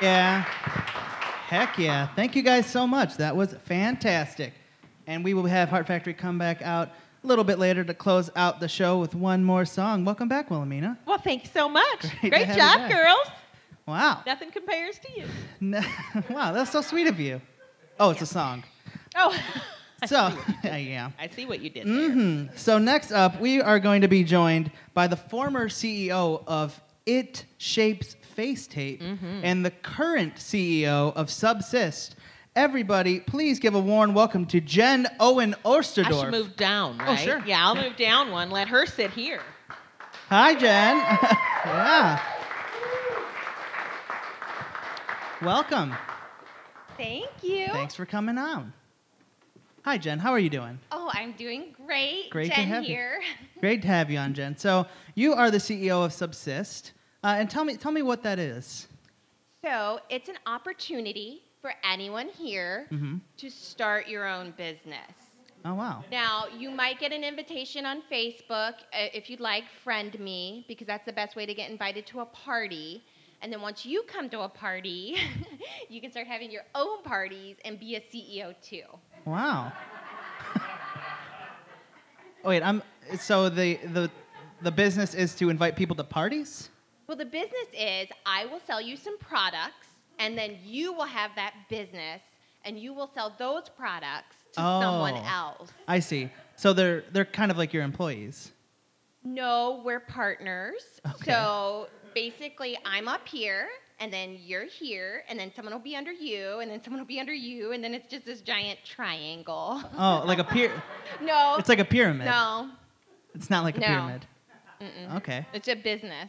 A: yeah. Heck yeah. Thank you guys so much. That was fantastic. And we will have Heart Factory come back out a little bit later to close out the show with one more song. Welcome back, Wilhelmina. [LAUGHS]
B: Well, thank you so much.
A: to
B: Great,
A: have you
B: job,
A: back.
B: girls.
A: Wow. [LAUGHS]
B: Nothing compares to you.
A: wow, that's so sweet of you. Oh, it's a song.
B: Oh, [LAUGHS]
A: So, [LAUGHS] yeah.
B: I see what you did there.
A: hmm So next up, we are going to be joined by the former CEO of It Shapes Face Tape
B: Mm-hmm.
A: and the current CEO of Subsist. Everybody, please give a warm welcome to Jen Owen
B: I should
A: Osterdorf.
B: move down, right?
A: Oh, sure.
B: Yeah, I'll move down one. Let her sit here.
A: Hi, Jen. [LAUGHS] yeah. Welcome.
H: Thank you.
A: Thanks for coming on. Hi, Jen. How are you doing?
H: Oh, I'm doing great.
A: Great to
H: Jen
A: have you.
H: here. [LAUGHS]
A: Great to have you on, Jen. So you are the CEO of Subsist, uh, and tell me tell me what that is.
H: So it's an opportunity for anyone here
A: Mhm.
H: to start your own business.
A: Oh wow.
H: Now, you might get an invitation on Facebook. Uh, If you'd like, friend me, because that's the best way to get invited to a party. And then once you come to a party, [LAUGHS] you can start having your own parties and be a CEO too.
A: Wow. [LAUGHS] Wait, I'm so the the the business is to invite people to parties?
H: Well, the business is I will sell you some products, and then you will have that business, and you will sell those products to someone
A: Oh.
H: else.
A: I see. So they're they're kind of like your employees.
H: No, we're partners.
A: Okay.
H: So basically, I'm up here, and then you're here, and then someone will be under you, and then someone will be under you, and then it's just this giant triangle. [LAUGHS]
A: Oh, like a pyra
H: No,
A: It's like a pyramid.
H: no,
A: It's not like a
H: No.
A: pyramid.
H: Mm-mm.
A: Okay.
H: it's a business.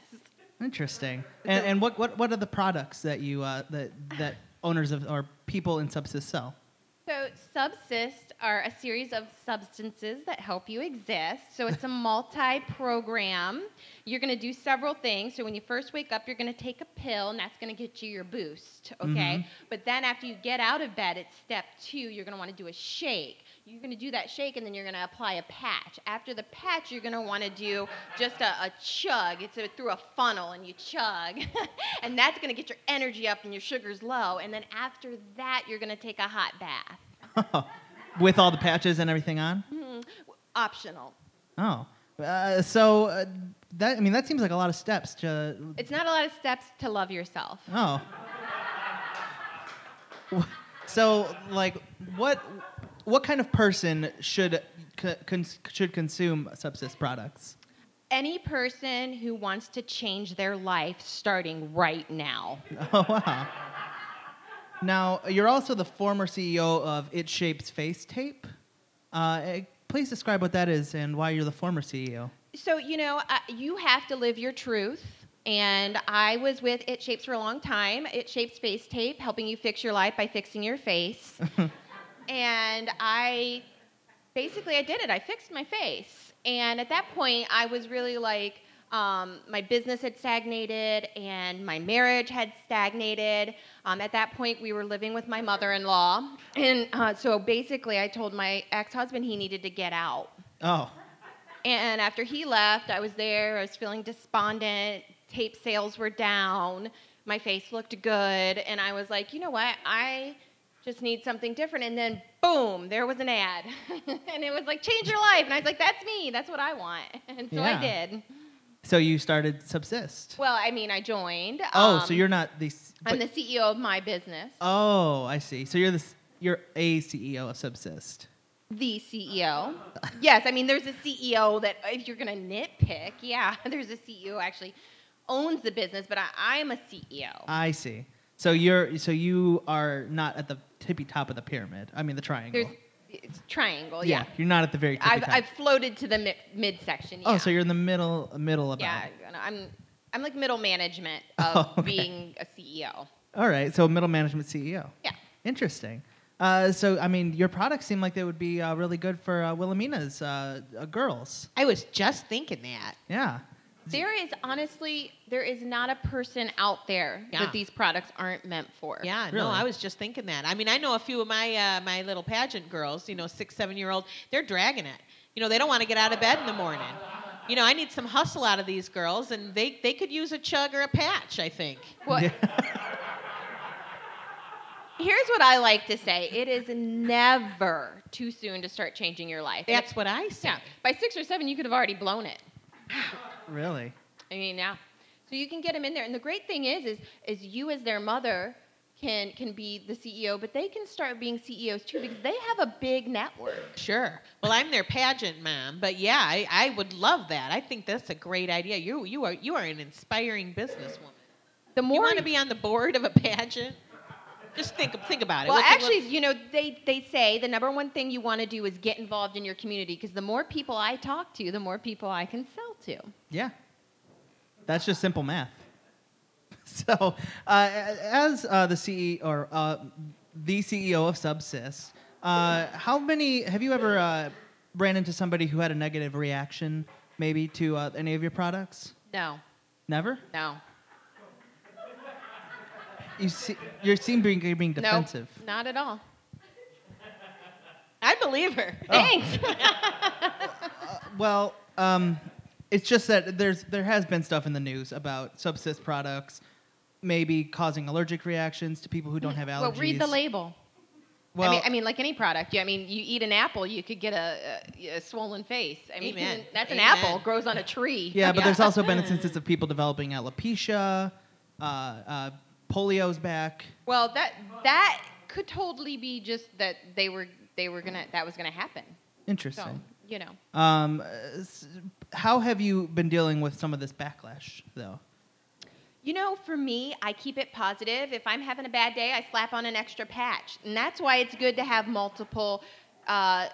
A: Interesting. And, and what, what what are the products that you uh, that that owners of or people in Subsist sell?
H: So, Subsist are a series of substances that help you exist. So, it's a multi program. You're going to do several things. So, when you first wake up, you're going to take a pill, and that's going to get you your boost, okay?
A: Mhm.
H: But then, after you get out of bed, it's step two. You're going to want to do a shake. You're going to do that shake, and then you're going to apply a patch. After the patch, you're going to want to do just a, a chug. It's a, through a funnel, and you chug. [LAUGHS] and that's going to get your energy up and your sugars low. And then, after that, you're going to take a hot bath.
A: With all the patches and everything on?
H: optional.
A: Oh. Uh, so uh, that I mean that seems like a lot of steps to
H: It's not a lot of steps to love yourself.
A: Oh. [LAUGHS] Wh- So, like, what what kind of person should co- cons- should consume subsist products?
H: Any person who wants to change their life starting right now.
A: Oh wow! Now you're also the former CEO of It Shapes Face Tape. Uh, eh, please describe what that is and why you're the former E CEO.
H: So, you know, uh, you have to live your truth. And I was with It Shapes for a long time. It Shapes Face Tape, helping you fix your life by fixing your face. and I basically I did it. I fixed my face. And at that point, I was really like, um, my business had stagnated and my marriage had stagnated. Um, at that point, we were living with my mother in law. And uh, so basically, I told my ex husband he needed to get out.
A: Oh,
H: And after he left, I was there. I was feeling despondent. Tape sales were down. My face looked good. And I was like, you know what? I just need something different. And then, boom, there was an ad. [LAUGHS] and it was like, change your life. And I was like, that's me. That's what I want. [LAUGHS] And so I
A: Yeah.
H: did.
A: so you started Subsist?
H: Well, I mean, I joined.
A: oh, so
H: Um,
A: you're not the. s-
H: I'm the
A: but-
H: CEO of my business,
A: Oh, I see. So you're the s- you're a CEO of Subsist.
H: the CEO. yes, I mean, there's a CEO that, if you're going to nitpick, yeah, [LAUGHS] there's a CEO who actually owns the business, but I, I'm a E CEO.
A: I see. So you're so you are not at the tippy top of the pyramid. I mean the triangle.
H: There's it's triangle. Yeah.
A: you're not at the very tippy
H: I've,
A: top.
H: I've floated to the mi- midsection. Yeah.
A: Oh, so you're in the middle middle about.
H: yeah.
A: it.
H: and I'm I'm like middle management of
A: Oh, okay.
H: being a E CEO.
A: All right. So middle management CEO.
H: Yeah.
A: Interesting. Uh, so I mean, your products seem like they would be uh, really good for uh, Wilhelmina's uh, uh, girls.
B: I was just thinking that.
A: Yeah.
H: There is honestly there is not a person out there
B: Yeah.
H: that these products aren't meant for.
B: Yeah, no,
A: Really?
B: I was just thinking that. I mean, I know a few of my uh, my little pageant girls, you know, six, seven year old, they're dragging it. You know, they don't want to get out of bed in the morning. You know, I need some hustle
E: Mm-hmm.
H: [LAUGHS]
B: out of these girls, and they they could use a chug or a patch. I think.
H: Well,
A: Yeah.
H: Here's what I like to say it is never too soon to start changing your life. And
B: That's what I say.
H: Yeah. By six or seven, you could have already blown it.
A: Really?
H: I mean, yeah. So you can get them in there, and the great thing is, is, is you as their mother can can be the CEO, but they can start being CEOs too because they have a big network.
B: Sure. Well, I'm their pageant mom, but yeah, I, I would love that. I think that's a great idea. You you are you are an inspiring businesswoman.
H: The
B: You
H: more
B: want to be on the board of a pageant? Just think think about it.
H: well,
B: What's it-
H: actually, you know, they, they say the number one thing you want to do is get involved in your community because the more people I talk to, the more people I can sell to.
A: Yeah. That's just simple math. [LAUGHS] So, uh, as uh, the CEO or uh, the CEO of Subsist, uh, how many have you ever uh, ran into somebody who had a negative reaction, maybe to uh, any of your products?
H: No,
A: Never.
H: no,
A: You see, you seem being you're being defensive.
H: no, not at all.
B: I believe her.
H: Thanks.
A: Well, um, it's just that there's there has been stuff in the news about Subsist products maybe causing allergic reactions to people who don't have allergies.
H: well, read the label.
A: Well,
H: I, mean, I mean, like any product. You, I mean, you eat an apple, you could get a, a, a swollen face. I mean,
B: Amen.
H: even- that's an
B: Amen.
H: apple grows on a tree.
A: Yeah,
H: [LAUGHS]
A: but there's also
H: Mm.
A: been instances of people developing alopecia, uh, uh, polio's back.
H: Well, that that could totally be just that they were they were gonna that was gonna happen. So
A: Interesting.
H: you know,
A: Um, uh, s- how have you been dealing with some of this backlash, though?
H: you know, for me, I keep it positive. If I'm having a bad day, I slap on an extra patch, and that's why it's good to have multiple. Uh,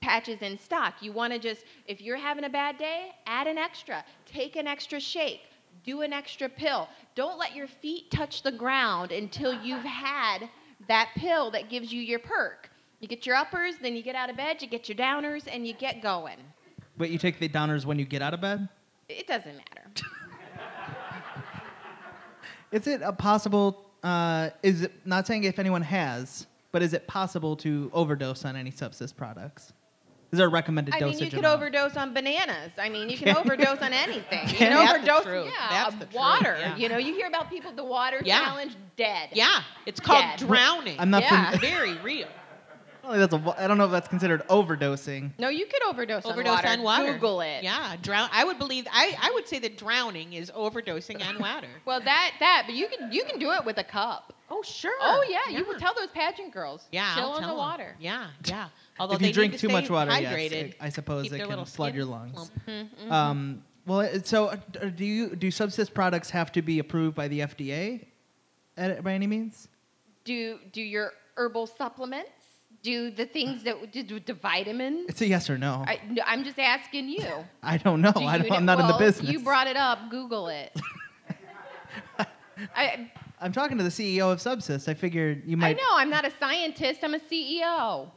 H: patches in stock you want to just if you're having a bad day add an extra take an extra shake do an extra pill don't let your feet touch the ground until you've had that pill that gives you your perk you get your uppers then you get out of bed you get your downers and you get going
A: But you take the downers when you get out of bed.
H: it doesn't matter
A: Is it a possible? Uh, is it not saying if anyone has, but is it possible to overdose on any subsist products? Is there a recommended
H: I mean,
A: dosage?
H: you could
A: amount?
H: overdose on bananas. I mean, you
B: [LAUGHS]
H: can
A: Can-
H: overdose on anything. You
A: Can-
H: can
A: That's
B: the
H: overdose,
B: truth.
H: yeah,
B: That's
H: of
B: the truth,
H: water.
B: yeah.
H: You know, you hear about people the water
B: Yeah.
H: challenge dead.
B: Yeah, it's called
H: Dead.
B: drowning.
A: I'm not.
H: Yeah.
A: fam-
B: [LAUGHS] very real.
A: I don't think that's a- [LAUGHS] I don't know if that's considered overdosing.
H: No, you could overdose,
B: Overdose
H: on water.
B: on water.
H: Google it.
B: Yeah, drown. I would believe. I, I would say that drowning is overdosing on water.
H: Well, that that, but you can you can do it with a cup.
B: oh sure.
H: Oh yeah, you would tell those pageant girls.
B: Yeah,
H: chill
B: I'll
H: on
B: tell
H: the
B: 'em.
H: water.
B: Yeah, yeah. Although
A: if
B: they
A: you
B: need
A: drink
B: to
A: too
B: stay
A: much water, yes,
B: hydrated.
A: it- I suppose
B: Keep
A: it
B: their
A: can
B: little
A: flood
B: skin
A: your lungs.
B: plump. Mm-hmm,
H: Mm-hmm.
A: Um, well, it- so uh, d- do you do subsist products have to be approved by the FDA at, by any means?
B: mm-hmm.
H: Do do your herbal supplements? Do the things that do, do the vitamins?
A: It's a yes or
B: oh.
A: no. I,
H: I, no, I'm just
B: [LAUGHS]
H: asking you.
A: don't know.
H: Do
A: I
H: you
A: don't,
H: know-
A: I'm not in the
H: well,
A: business.
H: You brought it up. Google it.
B: [LAUGHS]
H: I
A: I'm talking to the CEO of Subsist. I figured you might.
H: I know. I'm not a scientist. I'm a E CEO.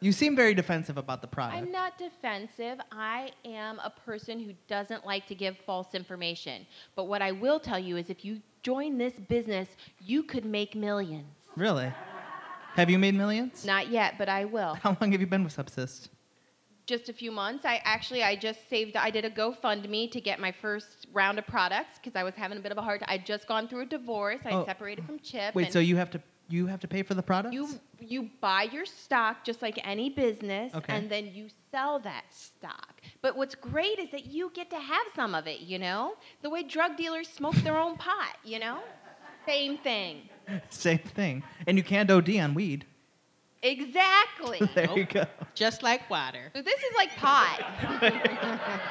A: You seem very defensive about the product.
H: I'm not defensive. I am a person who doesn't like to give false information. But what I will tell you is if you join this business, you could make millions.
A: Really? Have you made millions?
H: Not yet, but I will.
A: How long have you been with Subsist?
H: Just a few months. I actually I just saved I did a GoFundMe to get my first round of products because I was having a bit of a hard I'd just gone through a divorce. I
A: Oh.
H: separated from Chip.
A: Wait,
H: and
A: so you have to you have to pay for the products?
H: you you buy your stock just like any business
A: Okay.
H: and then you sell that stock but what's great is that you get to have some of it you know the way drug dealers smoke their own pot you know same thing
A: [LAUGHS] Same thing. And you can't OD on weed.
H: exactly
A: [LAUGHS] there you go.
B: Nope. Just like water.
H: so this is like pot
A: [LAUGHS]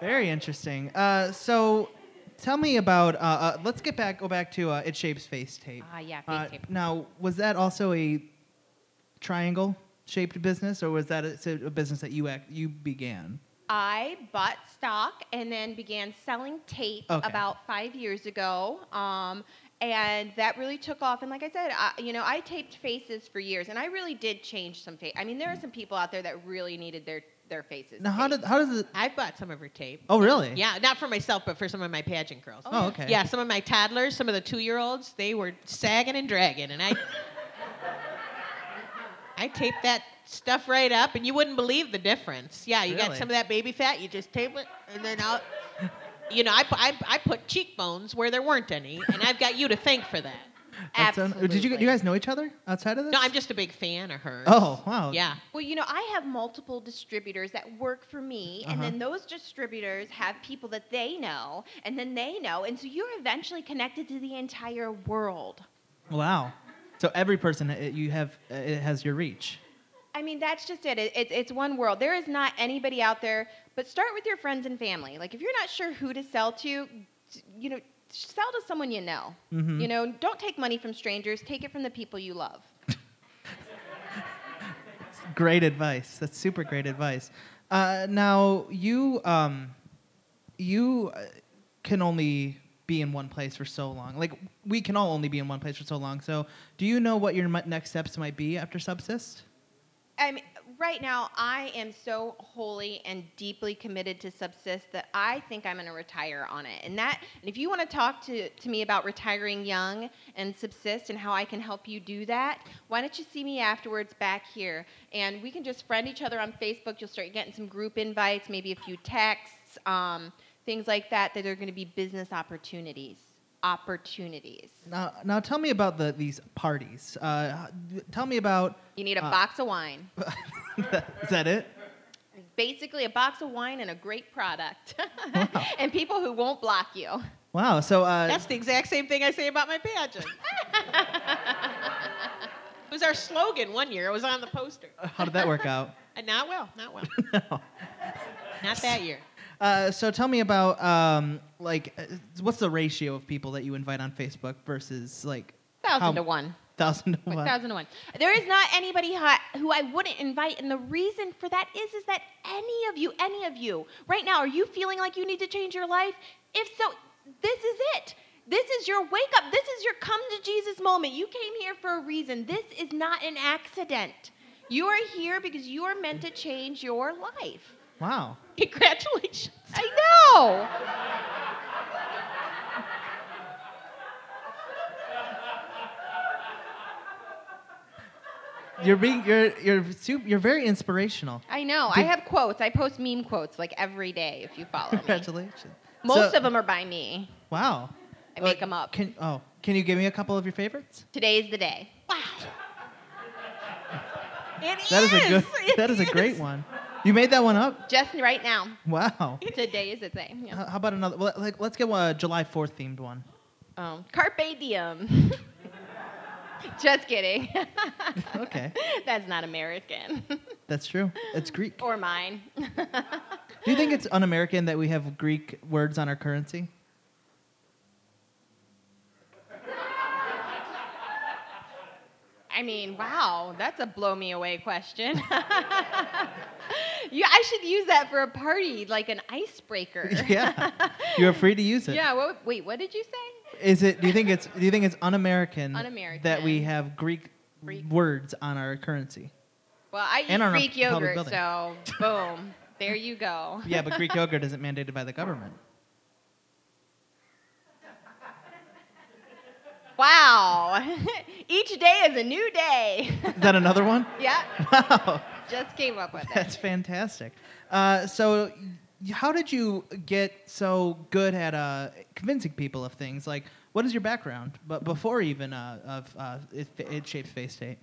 A: Very interesting. Uh, so, tell me about. Uh, uh, let's get back. Go back to uh, it shapes face tape.
H: ah yeah
A: Uh,
H: face tape.
A: now, was that also a triangle shaped business, or was that a, a business that you act, you began?
H: I bought stock and then began selling tape
A: Okay.
H: about five years ago. Um, and that really took off. And like I said, I, you know, I taped faces for years, and I really did change some face. I mean, there are some people out there that really needed their their faces.
A: Now, how
H: taped.
A: did how does it?
B: I bought some of her tape.
A: Oh, really?
B: Yeah, not for myself, but for some of my pageant girls.
A: Oh, okay.
B: Yeah, some of my toddlers, some of the two-year-olds, they were sagging and dragging, and I, [LAUGHS] I taped that stuff right up, and you wouldn't believe the difference. Yeah, you got
A: Really?
B: some of that baby fat, you just tape it, and then out, You know, I, pu- I, I put cheekbones where there weren't any, and I've got you to thank for that.
A: That's un-
H: Absolutely.
A: Did you, you guys know each other outside of this?
B: No, I'm just a big fan of hers.
A: Oh, wow.
B: Yeah.
H: Well, you know, I have multiple distributors that work for me, and
A: Uh-huh.
H: then those distributors have people that they know, and then they know, and so you're eventually connected to the entire world.
A: Wow. So every person uh, you have uh, it has your reach.
H: I mean, that's just it. it, it it's one world. There is not anybody out there, but start with your friends and family. Like, if you're not sure who to sell to, you know, sell to someone you know.
A: Mhm.
H: You know, don't take money from strangers, take it from the people you love.
A: Great advice. That's super great advice. Uh, now you um, you uh, can only be in one place for so long. Like we can all only be in one place for so long. So do you know what your mi- next steps might be after Subsist?
H: I mean, right now, I am so wholly and deeply committed to Subsist that I think I'm going to retire on it. And that, and if you want to talk to to me about retiring young and Subsist and how I can help you do that, why don't you see me afterwards back here, and we can just friend each other on Facebook. You'll start getting some group invites, maybe a few texts, um, things like that. That are going to be business opportunities. Opportunities.
A: Now, now tell me about the these parties. Uh, tell me about.
H: You need a
A: Uh,
H: box of wine.
A: Is that it?
H: basically a box of wine and a great product [LAUGHS] and people who won't block you
A: Wow. So uh,
B: That's the exact same thing I say about
A: [LAUGHS]
B: my pageant. it was our slogan one year. It was on the poster.
A: Uh, how did that work out?
B: [LAUGHS] And not well, not well.
A: [LAUGHS] No.
B: Not that year.
A: Uh, so tell me about um, like uh, what's the ratio of people that you invite on Facebook versus like
H: thousand
A: How-
H: to one
A: thousand to
H: Like,
A: one?
H: thousand to one there is not anybody hi- who i wouldn't invite and the reason for that is is that any of you any of you right now are you feeling like you need to change your life if so this is it this is your wake up this is your come to jesus moment you came here for a reason this is not an accident you are here because you are meant to change your life [LAUGHS]
A: Wow.
B: Congratulations.
H: i know
A: You're being you're you're su- you're very inspirational.
H: I know. I have quotes. I post meme quotes like every day if you
A: [LAUGHS]
H: follow me.
A: Congratulations.
H: Most
A: So-
H: of them are by me.
A: Wow.
H: I
A: Well,
H: make them up.
A: Can oh can you give me a couple of your favorites?
H: Today's the day.
B: It is.
A: That is a good.
H: [LAUGHS]
B: It
A: That is a great
B: is.
A: one. Oh. You made that one up.
H: Just right now.
A: Wow.
H: Today is the day. Yeah.
A: How how about another? Well, like let's get one, a July Fourth themed one.
H: Um, carpe diem. [LAUGHS] Just kidding. [LAUGHS]
A: Okay,
H: That's not American [LAUGHS]
A: that's true. It's Greek.
H: or mine.
A: Do you think it's un-American that we have Greek words on our currency?
H: I mean, wow, that's a blow me away question. [LAUGHS] yeah, I should use that for a party, like an icebreaker.
A: [LAUGHS] yeah, you're free to use it.
H: Yeah. What, wait, what did you say?
A: Is it? Do you think it's? Do you think it's un-American,
H: Un-American.
A: that we have Greek,
H: Greek.
A: words on our currency?
H: Well, I eat
A: And on our
H: Greek
A: public
H: yogurt,
A: building.
H: so boom, [LAUGHS] there you go.
A: Yeah, but Greek yogurt isn't mandated by the government.
H: [LAUGHS] Wow, [LAUGHS] each day is a new day. [LAUGHS]
A: Is that another one?
H: yeah,
A: Wow,
H: just came up with it.
A: that's fantastic. Uh, so, y- how did you get so good at uh, convincing people of things? Like, what is your background? But before even uh, of uh, it, it shapes face state.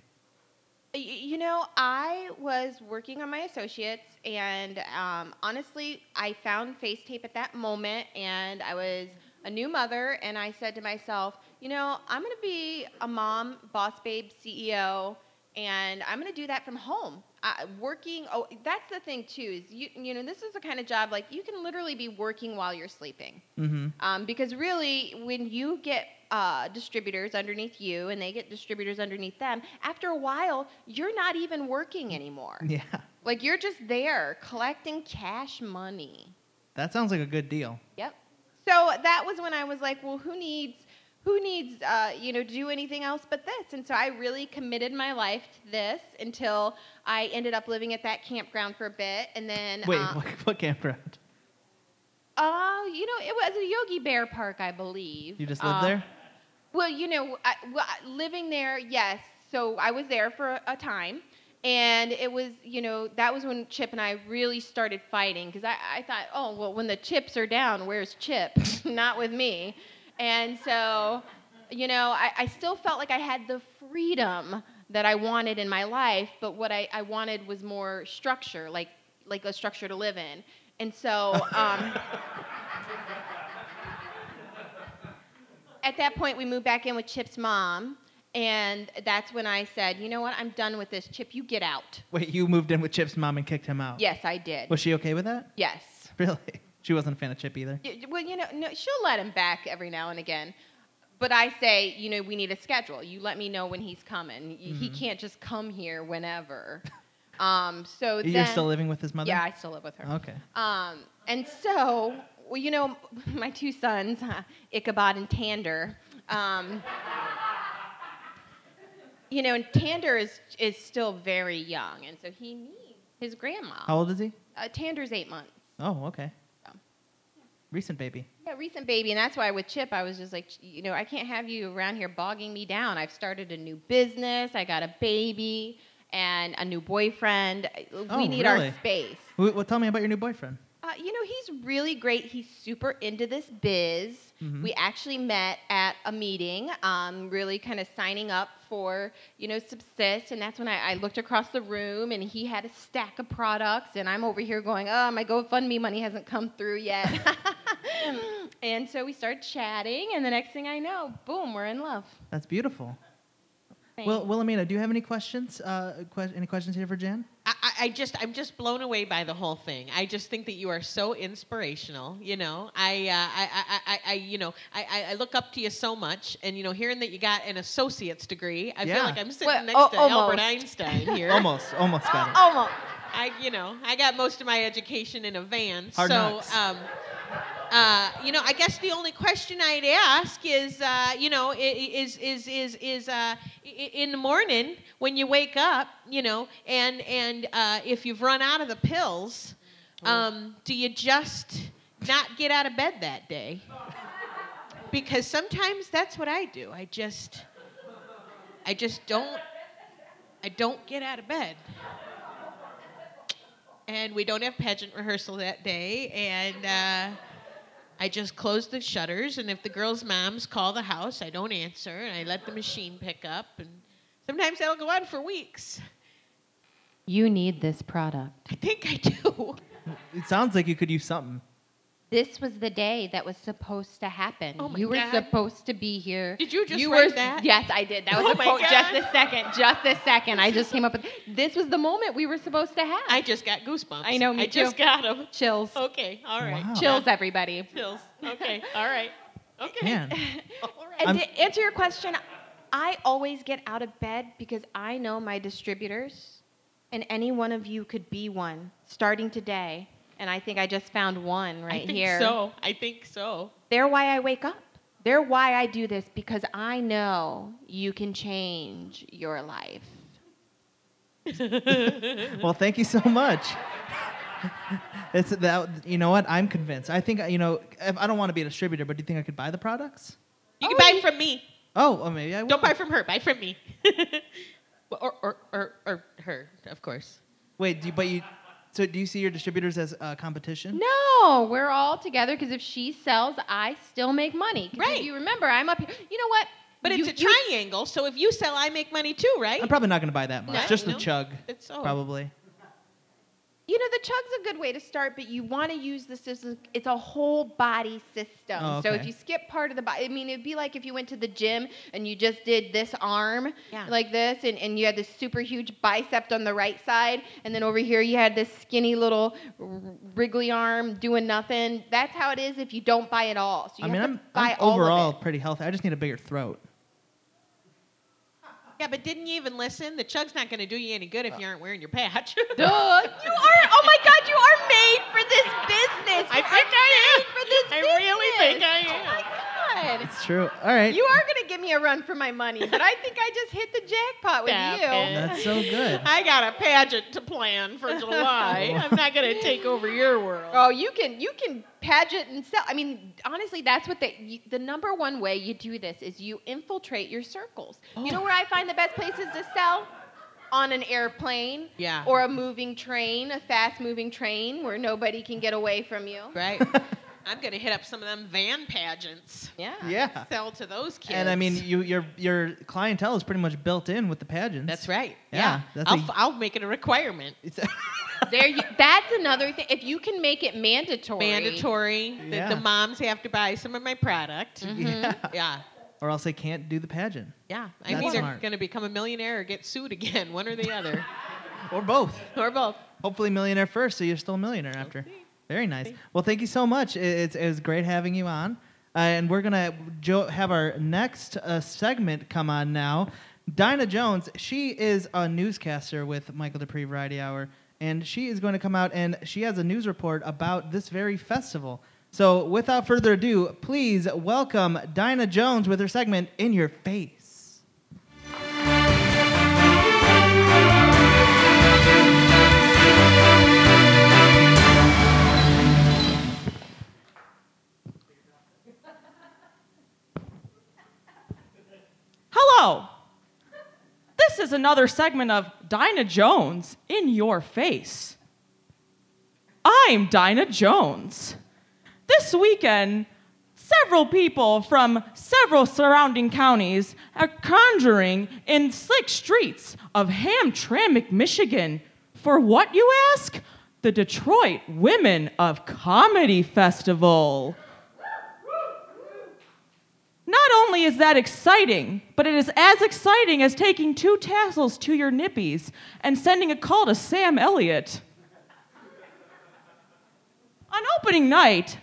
H: Y- You know, I was working on my associates, and um, honestly, I found face tape at that moment, and I was a new mother, and I said to myself, you know, I'm going to be a mom, boss babe, CEO, and I'm going to do that from home. I, working, oh, that's the thing too. Is you, you know, this is the kind of job like you can literally be working while you're sleeping.
A: Mm-hmm.
H: Um, because really, when you get uh, distributors underneath you and they get distributors underneath them, after a while, you're not even working anymore.
A: [LAUGHS] Yeah,
H: Like you're just there collecting cash money.
A: that sounds like a good deal.
H: Yep. So that was when I was like, well, who needs who needs uh, you know do anything else but this? And so I really committed my life to this until I ended up living at that campground for a bit, and then
A: Wait,
H: uh,
A: what, [LAUGHS] what campground?
H: oh, you know, it was a Yogi Bear Park, I believe.
A: You just live
H: Uh,
A: there?
H: Well, you know, I, well, I- living there, yes. So I was there for a time, And it was, you know, that was when Chip and I really started fighting because I, I thought, oh, well, when the chips are down, where's Chip? [LAUGHS] Not with me. And so, you know, I, I still felt like I had the freedom that I wanted in my life, but what I, I wanted was more structure, like like a structure to live in. And so um, at that point, we moved back in with Chip's mom. And that's when I said, you know what, I'm done with this. Chip, you get out.
A: Wait, you moved in with Chip's mom and kicked him out.
H: Yes, I did.
A: Was she okay with that? [LAUGHS]
H: yes.
A: Really? She wasn't a fan of Chip either.
H: Y- y- Well, you know, no, she'll let him back every now and again. But I say, you know, we need a schedule. You let me know when he's coming. Y- He
A: Mm-hmm.
H: can't just come here whenever. [LAUGHS] um, so
A: You're
H: then-
A: still living with his mother?
H: Yeah, I still live with her.
A: Okay.
H: Um, and so, well, you know, [LAUGHS] my two sons, huh, Ichabod and Tander. Um, you know, and Tander is is still very young, and so he needs his grandma.
A: How old is he?
H: Uh, Tander's eight months.
A: Oh, okay.
H: Um.
A: Recent baby.
H: Yeah, recent baby, and that's why with Chip, I was just like, you know, I can't have you around here bogging me down. I've started a new business, I got a baby, and a new boyfriend. We
A: Oh,
H: need
A: really?
H: our space.
A: Wh- Well, tell me about your new boyfriend.
H: Uh, you know, he's really great. He's super into this biz.
A: Mhm.
H: We actually met at a meeting, um, really kind of signing up for, you know, Subsist. And that's when I, I looked across the room and he had a stack of products. And I'm over here going, oh, my GoFundMe money hasn't come through yet. [LAUGHS] and so we started chatting. And the next thing I know, boom, we're in love.
A: That's beautiful. Well, Wilhelmina, do you have any questions? Uh, que- any questions here for Jan?
B: I, I- I just I'm just blown away by the whole thing. I just think that you are so inspirational. You know, I uh, I, I, I I you know I, I- I look up to you so much, and you know, hearing that you got an associate's degree, I
A: Yeah.
B: feel like I'm sitting
H: Well,
B: next
H: al-
B: to
H: almost.
B: Albert Einstein
A: [LAUGHS]
B: here.
A: Almost, almost got it.
H: Oh,
B: I, you know, I got most of my education in a van.
A: Hard
B: so,
A: knocks.
B: um, uh, you know, I guess the only question I'd ask is, uh, you know, i- i- is is is is uh, i- in the morning when you wake up, you know, and and uh, if you've run out of the pills,
A: Oh.
B: um, do you just not get out of bed that day? Because sometimes that's what I do. I just, I just don't, I don't get out of bed and we don't have pageant rehearsal that day and uh, i just close the shutters and if the girls moms call the house i don't answer and i let the machine pick up and sometimes that'll go on for weeks
H: You need this product.
B: i think i do
A: It sounds like you could use something. [LAUGHS]
H: This was the day that was supposed to happen.
B: Oh my
H: you were
B: God.
H: supposed to be here.
B: Did you just
H: you
B: write
H: were,
B: that?
H: Yes, I did. That was
B: Oh
H: a
B: my
H: quote. Just
B: God.
H: a second. Just a second. I just came up with. This was the moment we were supposed to have.
B: i just got goosebumps
H: I know, me
B: i just
H: too.
B: got them
H: chills.
B: okay all right
A: Wow.
H: Chills, everybody.
B: chills okay all right okay
A: Man,
B: all right
H: And
A: I'm-
H: to answer your question, I always get out of bed because I know my distributors, and any one of you could be one starting today. And I think I just found
B: [LAUGHS]
H: one
B: i
H: right
B: think
H: here.
B: so i think so
H: They're why I wake up. They're why I do this because I know you can change your life.
A: well, thank you so much. [LAUGHS] It's that you know what I'm convinced. I think you know if, I don't want to be a distributor, but do you think I could buy the products?
B: you can buy from me
A: Oh, well, maybe I will.
B: don't buy from her buy from me [LAUGHS] or, or, or, or her of course
A: Wait, do you, but you. So do you see your distributors as uh, competition?
H: No, we're all together because if she sells, I still make money. 'Cause if
B: Right.
H: you remember, I'm up here. You know what?
B: But
H: You-
B: it's a
H: you-
B: triangle, so if you sell, I make money too, right?
A: I'm probably not going to buy that much.
B: No,
A: Just the
B: no.
A: chug,
B: It's so.
A: probably.
H: You know, the chug's a good way to start, but you want to use the system. It's a whole body system.
A: Oh,
H: So if
A: okay.
H: you skip part of the body, I mean, it'd be like if you went to the gym and you just did this arm
B: Yeah.
H: like this, and, and you had this super huge bicep on the right side, and then over here you had this skinny little r- wriggly arm doing nothing. That's how it is if you don't buy it all. So you
A: I mean,
H: have
A: I'm,
H: to buy
A: I'm
H: all
A: overall
H: Of
A: pretty healthy. I just need a bigger throat.
B: Yeah, but didn't you even listen? The chug's not going to do you any good if you aren't wearing your [LAUGHS] patch.
H: it. Duh. You are, oh my God, you are made for this business.
B: [LAUGHS] I
H: You
B: think
H: are
B: I am.
H: made for this
B: I really think
H: business.
B: I
H: Oh my
B: am.
H: God.
A: It's true. All right.
H: You are gonna give me a run for my money, but I think I just hit the jackpot with
B: Stop
H: you.
B: it.
A: That's so good. Oh.
B: I got a pageant to plan
H: [LAUGHS]
B: for July. I'm not going to take over your world.
H: Oh, you can you can pageant and sell. I mean, honestly, that's what they. You, the number one way
A: Oh.
H: you do this is you infiltrate your circles. You know where I find the best places to sell? on an airplane
B: Yeah.
H: or a moving train, a fast moving train where nobody can get away from you.
B: Right.
H: [LAUGHS]
B: I'm gonna hit up some of them van pageants.
H: Yeah.
A: Yeah.
B: Sell to those kids.
A: And I mean, you, your your clientele is pretty much built in with the pageants.
B: that's right.
A: Yeah,
B: Yeah.
A: that's
B: I'll,
A: a-
B: f- I'll make it a requirement.
A: It's [LAUGHS]
H: There you, that's another thing. If you can make it mandatory.
B: Mandatory that
A: Yeah.
B: the moms have to buy some of my product.
H: Mm-hmm.
A: yeah.
B: Yeah.
A: Or else they can't do the pageant
B: Yeah. I
A: That's
B: am either
A: smart.
B: gonna become a millionaire or get sued again, one or the other.
A: [LAUGHS] or both.
B: or both.
A: Hopefully, millionaire first, so you're still a millionaire after.
B: see.
A: Very nice. Well, thank you so much. I- It's it's great having you on, uh, and we're gonna jo- have our next uh, segment come on now. Dinah Jones, she is a newscaster with Michael Dupree Variety Hour, and she is going to come out and she has a news report about this very festival. So, without further ado, please welcome Dinah Jones with her segment "In Your Face."
C: Hello. This is another segment of Dinah Jones in your face. I'm Dinah Jones. This weekend, several people from several surrounding counties are conjuring in slick streets of Hamtramck, Michigan for what you ask? The Detroit Women of Comedy Festival. Not only is that exciting, but it is as exciting as taking two tassels to your nippies and sending a call to Sam Elliott. On opening night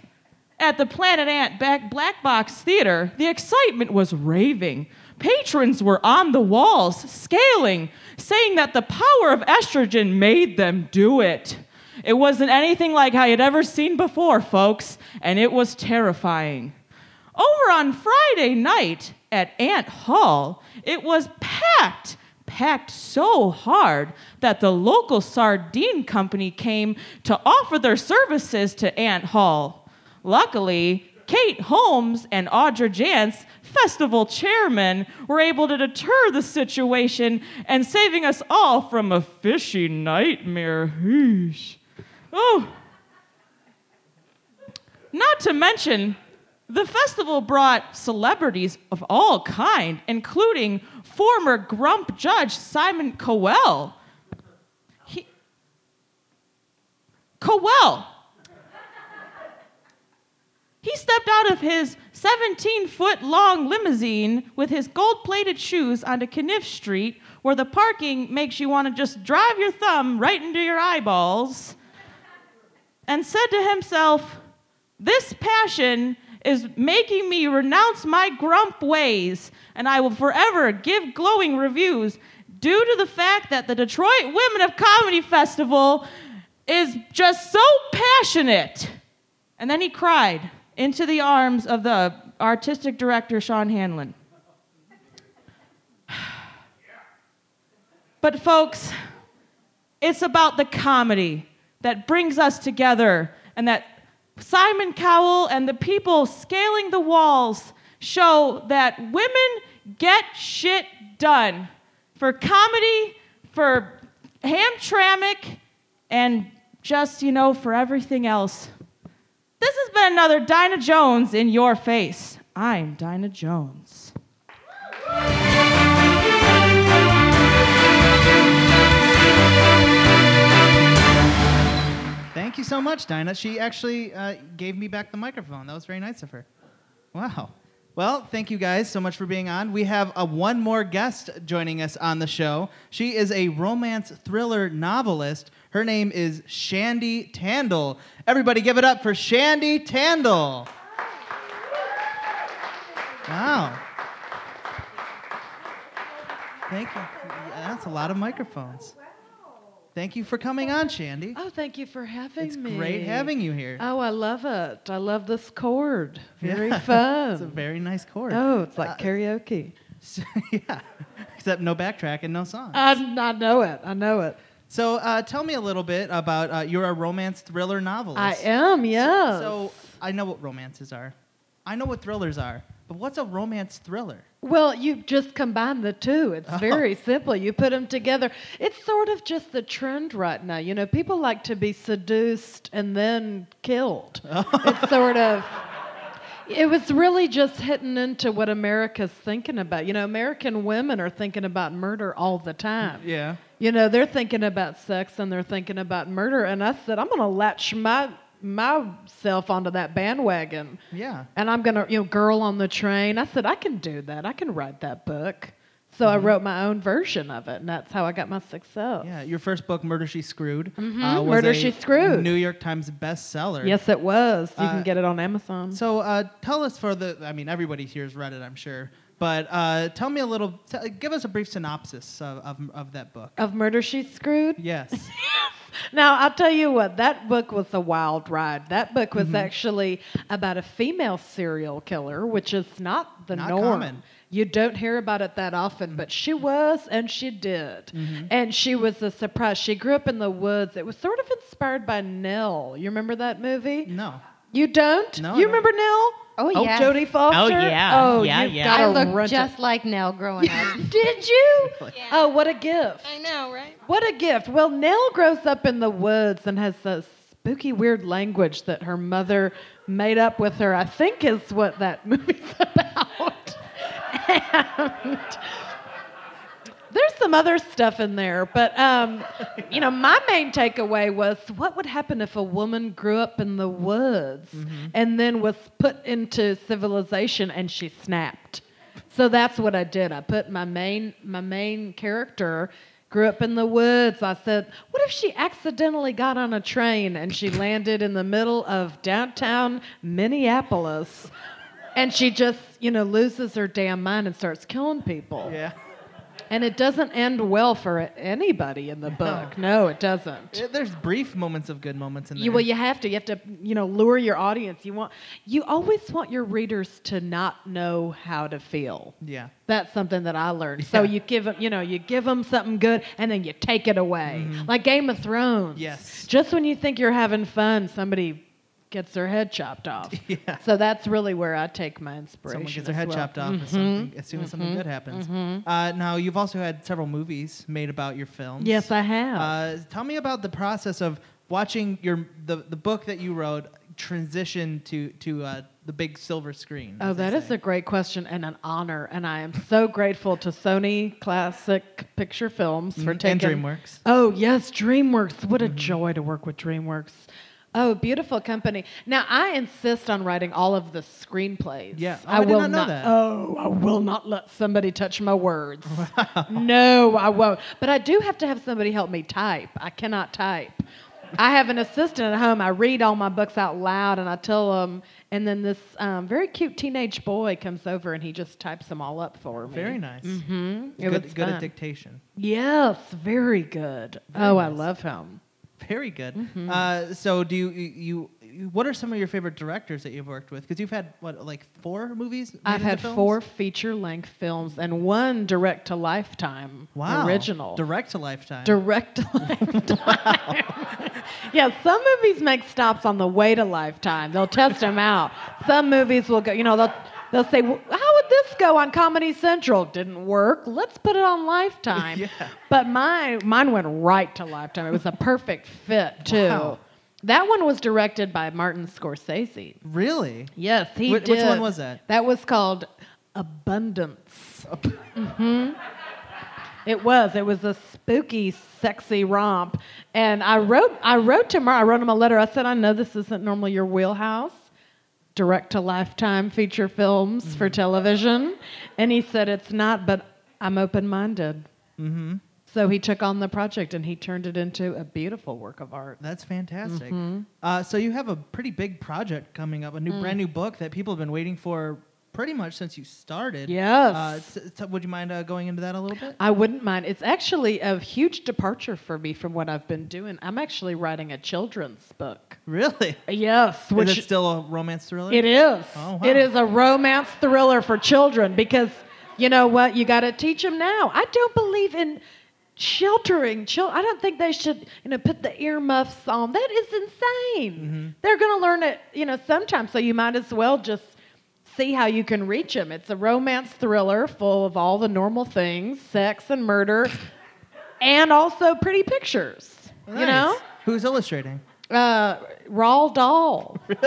C: at the Planet Ant back Black Box Theater, the excitement was raving. Patrons were on the walls, scaling, saying that the power of estrogen made them do it. It wasn't anything like I had ever seen before, folks, and it was terrifying. Over on Friday night at Ant Hall, it was packed, packed so hard that the local sardine company came to offer their services to Ant Hall. Luckily, Kate Holmes and Audra Jantz, festival chairman, were able to deter the situation and saving us all from a fishy nightmare. Heesh. Oh, not to mention, the festival brought celebrities of all kind, including former Grump judge Simon Cowell. He, Cowell. He stepped out of his 17 foot long limousine with his gold plated shoes onto Kniff Street, where the parking makes you want to just drive your thumb right into your eyeballs, and said to himself, this passion is making me renounce my grump ways, and I will forever give glowing reviews due to the fact that the Detroit Women of Comedy Festival is just so passionate. And then he cried into the arms of the artistic director, Sean Hanlon. [SIGHS] But, folks, it's about the comedy that brings us together and that Simon Cowell and the people scaling the walls show that women get shit done for comedy, for Hamtramck, and just, you know, for everything else. This has been another Dinah Jones in your face. I'm Dinah Jones.
A: Thank you so much, Dinah. She actually uh, gave me back the microphone. That was very nice of her. Wow. Well, thank you guys so much for being on. We have a one more guest joining us on the show. She is a romance thriller novelist. Her name is Shandy Tandle. Everybody give it up for Shandy Tandle. Wow. Thank you. That's a lot of microphones. Thank you for coming on, Shandy.
I: Oh, thank you for having
A: It's
I: me.
A: great having you here.
I: Oh, I love it. I love this chord. Very
A: Yeah. [LAUGHS]
I: fun.
A: It's a very nice chord.
I: oh, it's like
A: Uh,
I: karaoke.
A: [LAUGHS] so- yeah. Except no backtrack and no song.
I: I, I know it. I know it.
A: so uh, tell me a little bit about uh, you're a romance thriller novelist.
I: I am, yes.
A: So I know what romances are. I know what thrillers are. But what's a romance thriller?
I: Well, you just combine the two. It's
A: Oh.
I: very simple. You put them together. It's sort of just the trend right now. You know, people like to be seduced and then
A: [LAUGHS]
I: killed. it's sort of. It was really just hitting into what America's thinking about. You know, American women are thinking about murder all the time.
A: Yeah.
I: You know, they're thinking about sex and they're thinking about murder. And I said, I'm going to latch my myself onto that bandwagon.
A: Yeah.
I: And I'm gonna, you know, girl on the train. I said I can do that. I can write that book. So I wrote my own version of it, and that's how I got my success.
A: Yeah, your first book, Murder She Screwed,
I: Mhm,
A: uh, was
I: Murder,
A: a
I: She Screwed.
A: New York Times bestseller.
I: Yes, it was. You
A: Uh,
I: can get it on Amazon.
A: So uh, tell us for the, I mean, everybody here has read it, I'm sure, but uh, tell me a little, t- give us a brief synopsis of, of, of that book.
I: Of Murder She Screwed.
A: Yes.
I: Now, I'll tell you what, that book was a wild ride. That book was actually about a female serial killer, which is not the
A: Not
I: norm.
A: common.
I: You don't hear about it that often, but she was and she did. And she was a surprise. She grew up in the woods. It was sort of inspired by Nell. You remember that movie?
A: No.
I: You don't?
A: No, I
I: you
A: don't.
I: remember Nell?
H: Oh,
I: Oh,
H: yes.
I: Jodie Foster.
J: yeah.
I: Oh,
J: Yeah,
I: you've
J: yeah.
I: gotta
H: I looked
I: rent it.
H: just like Nell growing up.
I: Did you?
H: [LAUGHS]
A: Yeah.
I: Oh, what a gift!
H: I know, right?
I: What a gift. Well, Nell grows up in the woods and has a spooky, weird language that her mother made up with her, I think is what that [LAUGHS] movie's about. [LAUGHS] and there's some other stuff in there, but um, you know, my main takeaway was what would happen if a woman grew up in the woods and then was put into civilization and she snapped. So that's what I did. I put my main my main character grew up in the woods. I said, what if she accidentally got on a train and she landed in the middle of downtown Minneapolis and she just, you know, loses her damn mind and starts killing people.
A: Yeah.
I: And it doesn't end well for anybody in the book. No, it doesn't.
A: Yeah, Eh, There's brief moments of good moments in there.
I: You, well, you have to. You have to, you know, lure your audience. You want, you always want your readers to not know how to feel.
A: yeah.
I: That's something that I learned. So
A: Yeah.
I: you give them, you know, you give them something good, and then you take it away, like Game of Thrones.
A: Mm-hmm. Yes.
I: Just when you think you're having fun, somebody gets their head chopped off.
A: [LAUGHS] Yeah.
I: So that's really where I take my inspiration.
A: Someone gets their
I: as
A: head
I: well. Mm-hmm.
A: chopped off as something, as soon as something good happens. Uh, now, you've also had several movies made about your films.
I: Yes, I have.
A: Uh, tell me about the process of watching your the, the book that you wrote transition to to uh, the big silver screen.
I: Oh,
A: as they
I: that is
A: say.
I: a great question and an honor, and I am so grateful to Sony Classic Picture Films for
A: Mhm, and
I: taking
A: DreamWorks.
I: Oh yes, DreamWorks. What a joy to work with DreamWorks. Oh, beautiful company. Now I insist on writing all of the screenplays.
A: Yeah. Oh, I did
I: will
A: not know that.
I: Oh, I will not let somebody touch my words. No, I won't. But I do have to have somebody help me type. I cannot type. I have an assistant at home. I read all my books out loud and I tell them. And then this um, very cute teenage boy comes over and he just types them all up for me.
A: very nice.
I: Mm-hmm. It
A: Good,
I: was
A: good at
I: fun.
A: dictation.
I: Yes, very good. oh, I love him.
A: Very good.
I: Mm-hmm.
A: Uh, so, do you, you you- What are some of your favorite directors that you've worked with? Because you've had what, like four movies. made
I: I've
A: into
I: had
A: films?
I: four feature length films and one direct to lifetime
A: Wow.
I: original.
A: Direct to Lifetime.
I: direct [LAUGHS] to lifetime. yeah, some movies make stops on the way to lifetime. They'll test them out. Some movies will go, you know, they'll they'll say, "Well, "How would this go on Comedy Central?" Didn't work. Let's put it on Lifetime.
A: [LAUGHS] Yeah.
I: But mine mine went right to Lifetime. It was a perfect fit too.
A: Wow.
I: That one was directed by Martin Scorsese.
A: really?
I: Yes, he
A: Wh- which
I: did.
A: one was that?
I: That was called Abundance. Mm-hmm. It was. It was a spooky, sexy romp. And I wrote I wrote to Mar I wrote him a letter. I said, I know this isn't normally your wheelhouse. Direct to lifetime feature films
A: Mm-hmm.
I: for television. And he said it's not, but I'm open minded.
A: Mm-hmm.
I: So he took on the project and he turned it into a beautiful work of art. Mm-hmm.
A: That's fantastic. Uh, so you have a pretty big project coming up, a
I: Mm.
A: new brand new book that people have been waiting for pretty much since you started.
I: Yes.
A: Uh, s- s- would you mind uh, going into that a little bit?
I: I wouldn't mind. It's actually a huge departure for me from what I've been doing. I'm actually writing a children's book.
A: Really?
I: Yes, which
A: Is it still a romance thriller?
I: It is.
A: Oh, wow.
I: It is a romance thriller for children because you know what? You got to teach them now. I don't believe in sheltering children. I don't think they should, you know, put the earmuffs on.
A: Mm-hmm.
I: That is insane. They're going to learn it, you know, sometime. So you might as well just see how you can reach him. It's a romance thriller full of all the normal things sex and murder, and also pretty pictures. You
A: Nice.
I: know?
A: Who's illustrating?
I: Uh, Rawl Dahl.
A: [LAUGHS]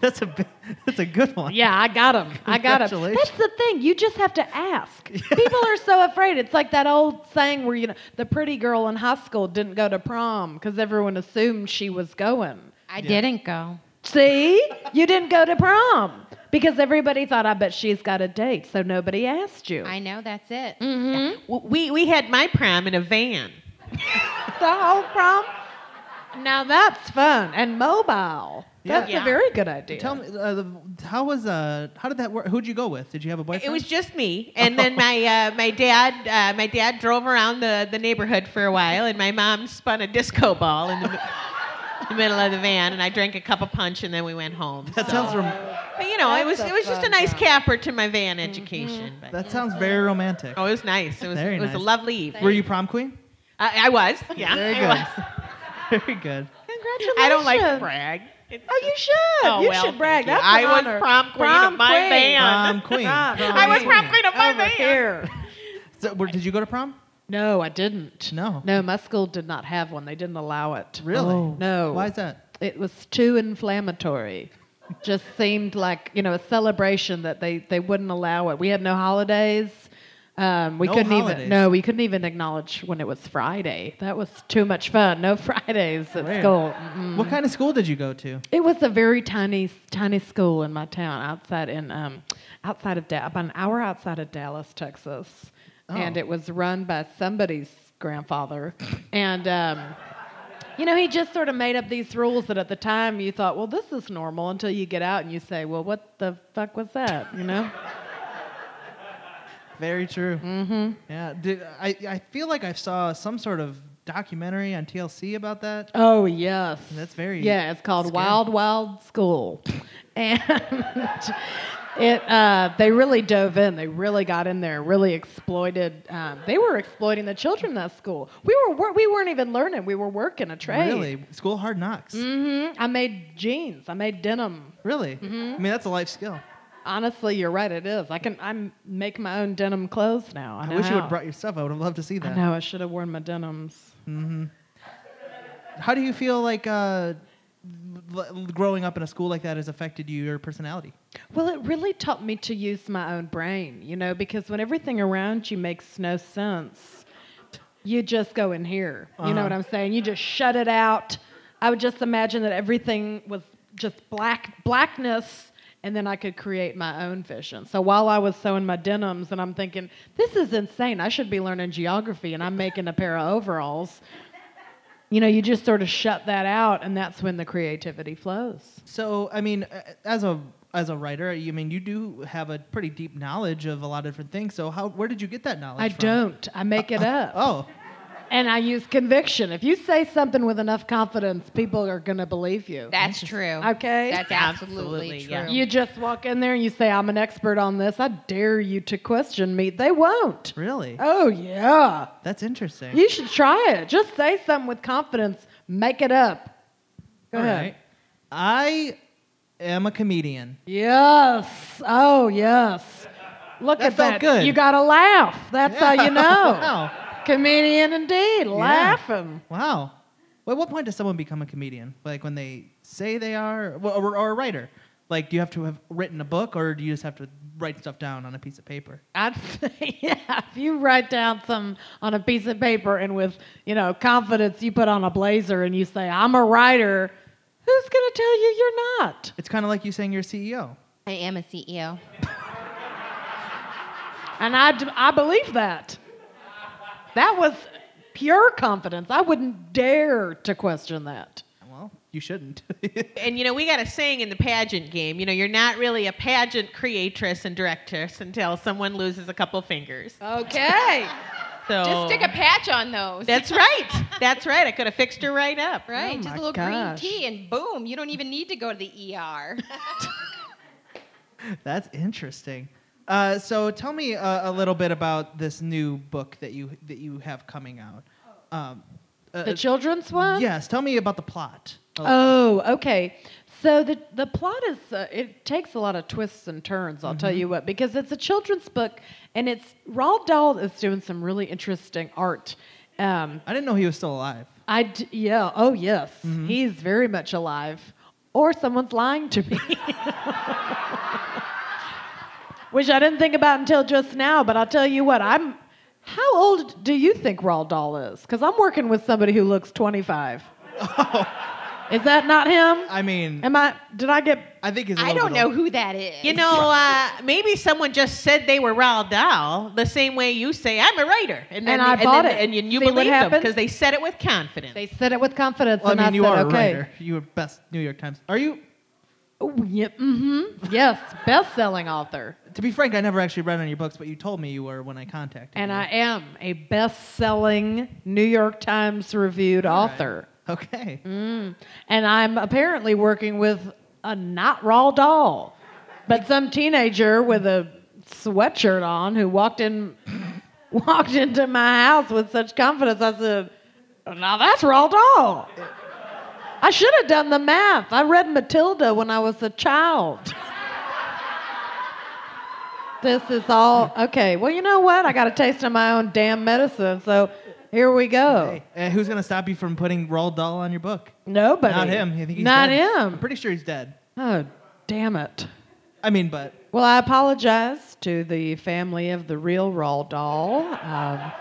A: That's a bi- that's a good one.
I: Yeah, I got him. I got him. That's
A: Congratulations.
I: the thing. You just have to ask. People are so afraid. It's like that old saying where you know the pretty girl in high school didn't go to prom because everyone assumed she was going.
G: I didn't go.
I: See, you didn't go to prom because everybody thought, I bet she's got a date, so nobody asked you.
H: I know that's it. Hmm?
I: mm-hmm.
B: We, we had my prom in a van.
I: The whole prom. Now that's fun and mobile.
A: Yeah.
I: That's
B: Yeah.
I: a very good idea.
A: Tell me, uh, the, how was uh, how did that work? Who'd you go with? Did you have a boyfriend?
B: It was just
I: [LAUGHS]
B: me, and then my uh, my dad uh, my dad drove around the, the neighborhood for a while, and my mom spun a disco ball in the, mi- [LAUGHS] the middle of the van, and I drank a cup of punch, and then we went home.
A: that
B: so-
A: sounds rom-
B: but you know, it was
I: That's
B: it
I: a
B: was just a
I: fun
B: nice
I: time. Mm-hmm.
B: capper to my van education. But,
A: that sounds very romantic.
B: oh, it was nice. It was
A: Very
B: it was a
A: nice.
B: lovely eve.
A: Were you prom queen?
B: I, I was, yeah.
A: Very
B: I
A: good.
B: was.
A: [LAUGHS] very good.
I: Congratulations.
B: I don't like to brag. It's
I: Oh, you should.
B: Oh,
I: you
B: well,
I: should brag.
B: thank you.
I: That's
B: I
I: an
B: was
I: honor.
B: prom queen of my
A: Prom
B: band. [LAUGHS]
A: queen.
I: Prom
B: I was
I: queen.
B: prom queen of my
I: Over
B: van.
I: here.
A: So, were- did you go to prom?
I: No, I didn't.
A: No.
I: No, my school did not have one. They didn't allow it. Oh.
A: Really?
I: No.
A: Why is that?
I: It was too inflammatory. Just seemed like you know a celebration that they they wouldn't allow it. We had no holidays. Um, we
A: No
I: couldn't
A: holidays.
I: even no, we couldn't even acknowledge when it was Friday. That was too much fun. No [LAUGHS] Fridays at
A: Weird.
I: school. Mm-mm.
A: What kind of school did you go to?
I: It was a very tiny, tiny school in my town, outside in, um, outside of da- about an hour outside of Dallas, Texas, and
A: Oh.
I: it was run by somebody's grandfather, [COUGHS] and um, you know he just sort of made up these rules that at the time you thought, well, this is normal until you get out and you say, well, what the fuck was that, you know?
A: Very true.
I: mm-hmm.
A: Yeah. Did, I I feel like I saw some sort of documentary on TLC about that.
I: Oh yes.
A: That's very
I: Yeah, it's called
A: scary.
I: Wild Wild School, [LAUGHS] and it uh, they really dove in. They really got in there. Really exploited. Um, they were exploiting the children in that school. We were wor- we weren't even learning. We were working a trade.
A: Really? School hard knocks.
I: hmm I made jeans. I made denim. Mm-hmm.
A: Really? I mean, that's a life skill.
I: Honestly, you're right. It is. I can I m- make my own denim clothes now. I,
A: I
I: know
A: wish you would
I: how.
A: have brought your stuff. I would have loved to see
I: I
A: that. Mm-hmm.
I: know. I should have worn my denims.
A: How do you feel like uh, l- growing up in a school like that has affected you, your personality?
I: Well, it really taught me to use my own brain, you know, because when everything around you makes no sense, you just go in here. You know
A: Uh-huh.
I: what I'm saying? You just shut it out. I would just imagine that everything was just black blackness and then I could create my own vision. So while I was sewing my denims and I'm thinking, this is insane. I should be learning geography and I'm making a pair of overalls. You know, you just sort of shut that out and that's when the creativity flows.
A: So, I mean, a- as a as a writer, you mean you do have a pretty deep knowledge of a lot of different things. So, how where did you get that knowledge?
I: I
A: from?
I: don't. I make it up.
A: Oh,
I: And I use conviction. If you say something with enough confidence, people are going to believe you.
H: That's true.
I: okay?
H: That's absolutely,
B: Absolutely,
H: true.
B: yeah.
I: you just walk in there and you say, I'm an expert on this. I dare you to question me. They won't.
A: really?
I: Oh, yeah.
A: That's interesting.
I: You should try it. Just say something with confidence. Make it up. Go
A: All
I: ahead.
A: right. I am a comedian.
I: Yes. Oh, yes. Look
A: That
I: at
A: felt
I: that.
A: good.
I: You got to laugh. That's how you
A: [LAUGHS]
I: know.
A: wow.
I: Comedian indeed. Laughing.
A: Wow. Well, at what point does someone become a comedian? Like when they say they are, well, or, or a writer? Like, do you have to have written a book, or do you just have to write stuff down on a piece of paper? [LAUGHS]
I: I'd [LAUGHS] say, yeah, if you write down some on a piece of paper and with, you know, confidence you put on a blazer and you say, I'm a writer, who's going to tell you you're not?
A: It's kind of like you saying you're E a CEO.
H: I am a E CEO.
I: [LAUGHS] And I, d- I believe that. That was pure confidence. I wouldn't dare to question that.
A: Well, you shouldn't. [LAUGHS]
B: And you know, we got a saying in the pageant game. You know, you're not really a pageant creatress and directress until someone loses a couple fingers.
I: Uh, Okay.
B: So
H: Just stick a patch on those. [LAUGHS]
B: That's right. That's right. I could have fixed her right up.
H: right.
I: Oh
H: Just
I: my
H: a little
I: gosh.
H: green tea and boom, you don't even need to go to
I: [LAUGHS]
H: the ER.
A: That's interesting. Uh, so tell me uh, a little bit about this new book that you that you have coming out. Um, uh,
I: Oh. The children's one?
K: Oh.
A: yes, tell me about the plot.
I: Oh, okay. So the the plot is uh, it takes a lot of twists and turns. I'll
K: Mm-hmm.
I: tell you what, because it's a children's book, and it's Roald Dahl is doing some really interesting art. Um,
K: I didn't know he was still alive. Mm-hmm.
I: I d- yeah oh yes he's very much alive, or someone's lying to me. [LAUGHS] Which I didn't think about until just now, but I'll tell you what I'm. How old do you think Roald Dahl is? Because I'm working with somebody who looks 25.
K: Oh,
I: Is that not him?
K: I mean,
I: Am I? Did I get?
K: I think he's. I
H: I don't know who that is.
B: You know, uh, maybe someone just said they were Roald Dahl the same way you say, I'm a writer. And
I: And I bought
B: then-
I: it.
B: And, you- you
I: See what
B: believe them
I: happened?
B: because they said it with confidence.
I: They said it with confidence,
K: Well,
I: and
K: I mean,
I: I
K: you
I: said,
K: are a
I: "Okay."
K: writer. You were best New York Times. Are you?
I: Oh, yeah, mm-hmm. yes, best-selling author,
K: To be frank, I never actually read any of your books, but you told me you were when I contacted
I: and
K: you.
I: I am a best-selling New York Times reviewed author, Mm.
K: Okay.
I: and I'm apparently working with a not Raw doll, but some teenager with a sweatshirt on who walked in, [LAUGHS] walked into my house with such confidence. I said, "Now that's Raw doll." I should have done the math. I read Matilda when I was a child. [LAUGHS] this is all okay. Well, you know what? I got a taste of my own damn medicine, so here we go.
K: Hey, uh, who's gonna stop you from putting Roald Dahl on your book?
I: Nobody.
K: Not him. I think he's
I: Not
K: dead. I'm
I: him.
K: pretty sure he's dead.
I: Oh, damn it.
K: I mean, but
I: Well, I apologize to the family of the real Raw doll. Um,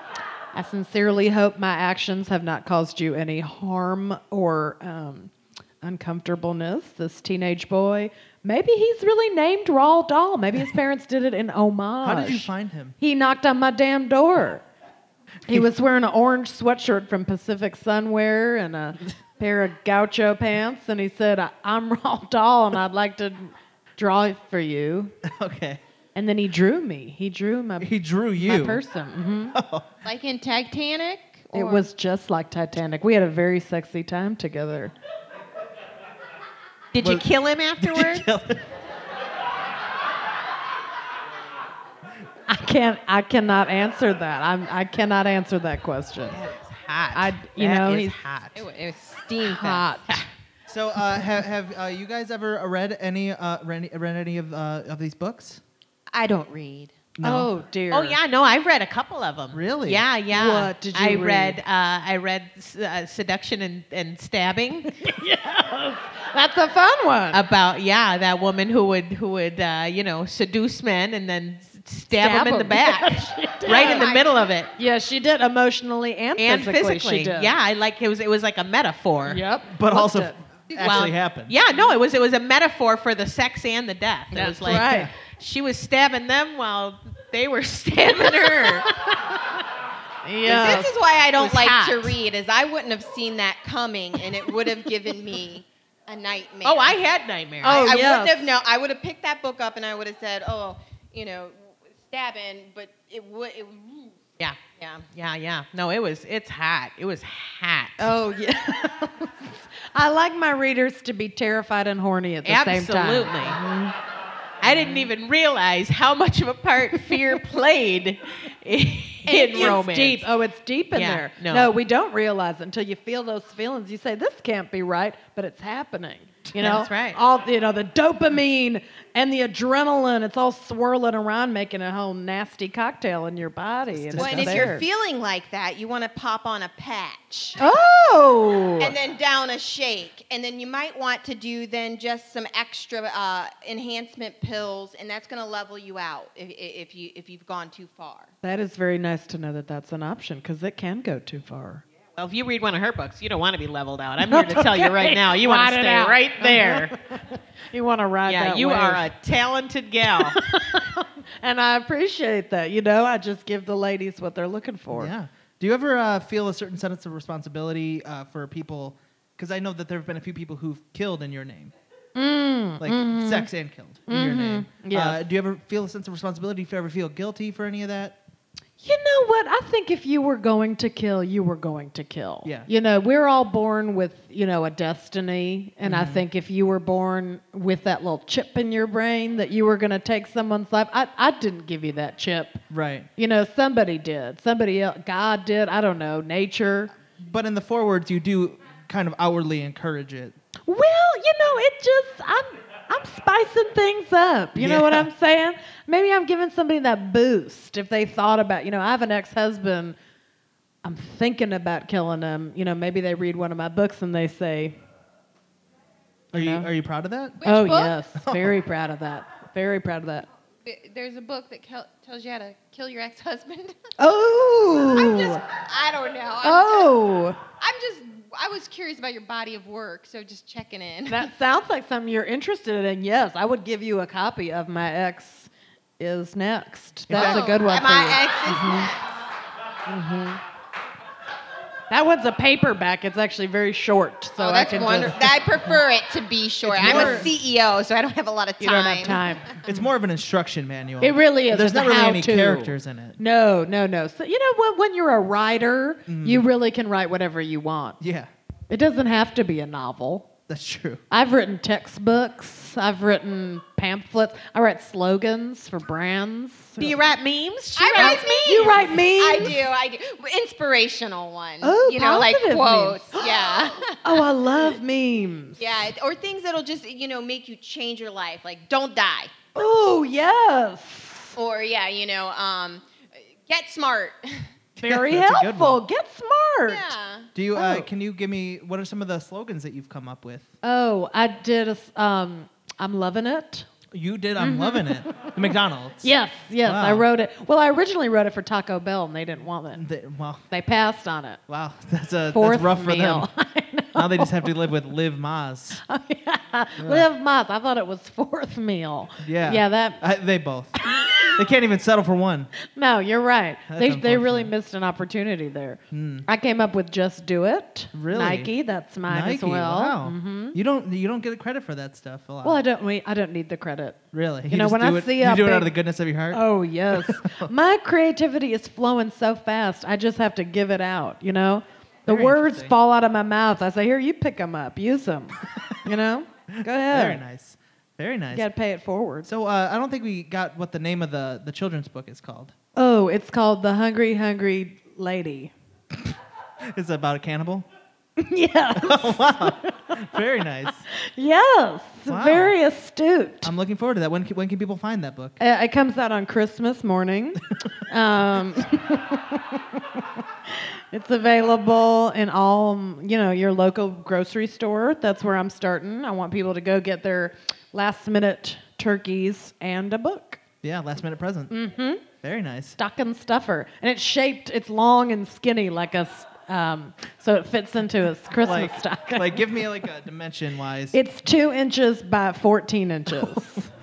I: I sincerely hope my actions have not caused you any harm or um, uncomfortableness. This teenage boy, maybe he's really named Raw Doll. Maybe his parents did it in homage.
K: how did you find him?
I: He knocked on my damn door. He was wearing an orange sweatshirt from Pacific Sunwear
K: [LAUGHS]
I: and a pair of gaucho pants, and he said, "I- "I'm [LAUGHS] Raw Doll, and I'd like to draw it for you."
K: [LAUGHS] okay.
I: And then he drew me. He drew my,
K: He drew
I: my
K: you. Oh, [LAUGHS]
I: person. hmm
H: Like in Titanic?
I: It
H: or-
I: was just like Titanic. We had a very sexy time together.
K: [LAUGHS]
B: Did you kill him afterwards?
I: I can't. I cannot answer that. I'm, I cannot answer that question.
B: hot.
I: I, you
B: That
I: know,
B: is
I: he's
B: hot.
H: It was, it was steam.
I: hot.
K: So, uh, have, have uh, you guys ever uh, read any uh, read, read any of uh, of these books?
H: I don't read.
I: Oh dear.
B: Oh yeah, no, I've read a couple of them.
K: Really?
B: Yeah, yeah.
I: What did you
B: I
I: read?
B: read? uh, I read uh, Seduction and,
I: [LAUGHS]
B: and Stabbing
I: That's a fun one.
B: about yeah that woman who would who would uh, you know seduce men and then stab,
I: Stab
B: them
I: [LAUGHS]
B: in the
I: 'em.
B: back, right in the middle of it
I: Yeah, she did emotionally and,
B: and physically.
I: She did.
B: Yeah, I like it was it was like a metaphor.
I: Yep.
K: But
I: Loved
K: also
I: it.
K: actually
B: Well,
K: happened.
B: Yeah, no, it was it was a metaphor for the sex and the death. it was like
I: right.
B: she was stabbing them while they were [LAUGHS] stabbing her.
I: Yeah.
H: This is why I don't
B: was
H: like
B: hot.
H: to read, is I wouldn't have seen that coming, and it would have given me a nightmare.
B: oh, I had nightmares.
I: Oh,
H: I
I: yes.
H: wouldn't have known. I would have picked that book up, and I would have said, "Oh, you know, stabbing," but it would. It,
B: Yeah.
H: yeah.
B: Yeah, yeah. No, it was. It's hot. It was hot.
I: Oh yeah. [LAUGHS] I like my readers to be terrified and horny at the same
B: Absolutely.
I: time.
B: I didn't even realize how much of
I: [LAUGHS]
B: a part fear played in,
I: It is
B: romance.
I: deep. Oh, it's deep in
B: Yeah,
I: there.
B: no.
I: we don't realize it until you feel those feelings. You say, "This can't be right," but it's happening. You know,
B: That's right.
I: All you know, the dopamine and the adrenaline. It's all swirling around, making a whole nasty cocktail in your body. and
H: Well,
I: it's
H: and if
I: there.
H: you're feeling like that, you want to pop on a patch.
I: oh,
H: And then down a shake, and then you might want to do then just some extra uh, enhancement pills, and that's going to level you out if, if you if you've gone too far.
I: that is very nice to know that that's an option because it can go too far.
B: Well, if you read one of her books, you don't want to be leveled out. I'm here to
I: [LAUGHS]
B: tell you right now, you
I: Ride
B: want to
I: it
B: stay
I: out.
B: right
I: [LAUGHS]
B: there.
I: You want to ride
B: yeah,
I: that
B: you
I: wave.
B: are a talented gal.
I: and I appreciate that. You know, I just give the ladies what they're looking for.
K: Yeah. Do you ever uh, feel a certain sense of responsibility uh, for people? Because I know that there have been a few people who've killed in your name,
H: Mm,
A: Mm-hmm.
K: like
H: mm-hmm.
K: sex and killed in your name. Uh,
I: Yes.
K: do you ever feel a sense of responsibility? If you ever feel guilty for any of that?
I: You know what? I think if you were going to kill, you were going to kill.
K: Yeah.
I: You know, we're all born with, you know, a destiny. And I think if you were born with that little chip in your brain that you were going to take someone's life, I, I didn't give you that chip.
K: Right.
I: You know, somebody did. Somebody else, God did. I don't know, nature.
K: But in the forewords, you do kind of outwardly encourage it.
I: Well, you know, it just I'm I'm spicing things up. You know what
L: Yeah.
I: I'm saying? Maybe I'm giving somebody that boost if they thought about, you know, I have an ex-husband. I'm thinking about killing him. You know, maybe they read one of my books and they say,
A: Are you,
I: know?
A: are you proud of that?
I: "Oh
A: [LAUGHS]
H: book?
I: yes, very proud of that. Very proud of that."
H: There's a book that kel- tells you how to kill your ex-husband. [LAUGHS]
I: Oh.
H: I'm just, I don't know. I'm
I: oh.
H: just, I'm just, I was curious about your body of work, so just checking in. [LAUGHS]
I: That sounds like something you're interested in. Yes, I would give you a copy of my ex is next. That's a
H: Oh,
I: good one. for
H: My
I: you. Mm-hmm.
H: ex is next.
I: That one's a paperback. It's actually very short, so
H: oh,
I: I
H: that's
I: can
H: wonderful.
I: just.
H: I prefer it to be short. I'm
A: more-
H: a CEO, so I don't have a lot of time.
I: You don't have time.
A: [LAUGHS] It's more of an instruction manual.
I: It really is.
A: There's
I: It's
A: not
I: a
A: really any
I: how-to.
A: characters in it. [LAUGHS]
I: No, no, no. So you know what? When you're a writer, you really can write whatever you want.
A: Mm-hmm. Yeah,
I: It doesn't have to be a novel.
A: that's true.
I: I've written textbooks. I've written pamphlets. I write slogans for brands.
M: Do you write memes?
H: I write memes.
I: You write memes. [LAUGHS]
H: I do. I do. Inspirational ones.
I: Oh,
H: you know, like
I: positive memes. [GASPS]
H: quotes. Yeah.
I: Oh, I love memes.
H: yeah. it- Or things that'll just, you know, make you change your life, like don't die.
I: Oh yes.
H: Or, yeah, you know, um, get smart. [LAUGHS]
I: Very
A: That's a good
I: helpful.
A: one.
I: Get smart.
H: yeah.
A: Do you? Uh,
I: Oh.
A: Can you give me what are some of the slogans that you've come up with?
I: Oh, I did. A, s- um, I'm loving it.
A: You did. I'm loving it. The [LAUGHS] McDonald's.
I: Mm-hmm. [LAUGHS] Yes, yes, I
A: Wow.
I: wrote it. Well, I originally wrote it for Taco Bell, and they didn't want it.
A: The- well,
I: They passed on it.
A: wow, [LAUGHS] that's a
I: Fourth
A: that's rough for [LAUGHS]
I: meal. [LAUGHS]
A: them. Now they just have to live with Liv Maz.
I: Oh, yeah. Live month. I thought it was fourth meal.
A: Yeah.
I: Yeah. That.
A: I, they both. they can't even settle for
I: [LAUGHS]
A: one.
I: No, you're right.
A: That's
I: They they really
A: unfortunate.
I: missed an opportunity there.
A: Hmm.
I: I came up with just do it.
A: Really?
I: Nike. That's mine as
A: Nike.
I: well.
A: Wow.
I: Mhm.
A: You don't you don't get credit for that stuff a lot.
I: Well, I don't. we- I don't need the credit.
A: really. You,
I: know,
A: just
I: when
A: do
I: I
A: it,
I: see
A: you
I: a
A: do it out of the
I: big-
A: goodness of your heart. [LAUGHS]
I: Oh yes, my creativity is flowing so fast. I just have to give it out. You know, the
A: Very
I: words
A: interesting.
I: fall out of my mouth. I say, "Here, you pick them up, use them."
A: [LAUGHS]
I: you know, go ahead.
A: Very nice. Very nice.
I: You got to pay it forward.
A: So uh, I don't think we got what the name of the, the children's book is called.
I: Oh, it's called the Hungry Hungry Lady.
A: It's about a cannibal.
I: [LAUGHS] yes,
A: [LAUGHS] Oh wow. Very nice.
I: yes,
A: Wow.
I: very astute.
A: I'm looking forward to that. When can, when can people find that book?
I: Uh, it comes out on Christmas [LAUGHS] morning. um, it's available in all, mm, you know, your local grocery store. That's where I'm starting. I want people to go get their last minute turkeys and a book.
A: Yeah, last minute present.
I: Mm-hmm.
A: Very nice.
I: Stock and stuffer. And it's shaped, it's long and skinny like a, s- um, so it fits into [LAUGHS] a Christmas
A: Like, [LAUGHS]
I: stocking.
A: like
I: [LAUGHS]
A: give me like a dimension wise.
I: It's two inches by 14 [LAUGHS] inches.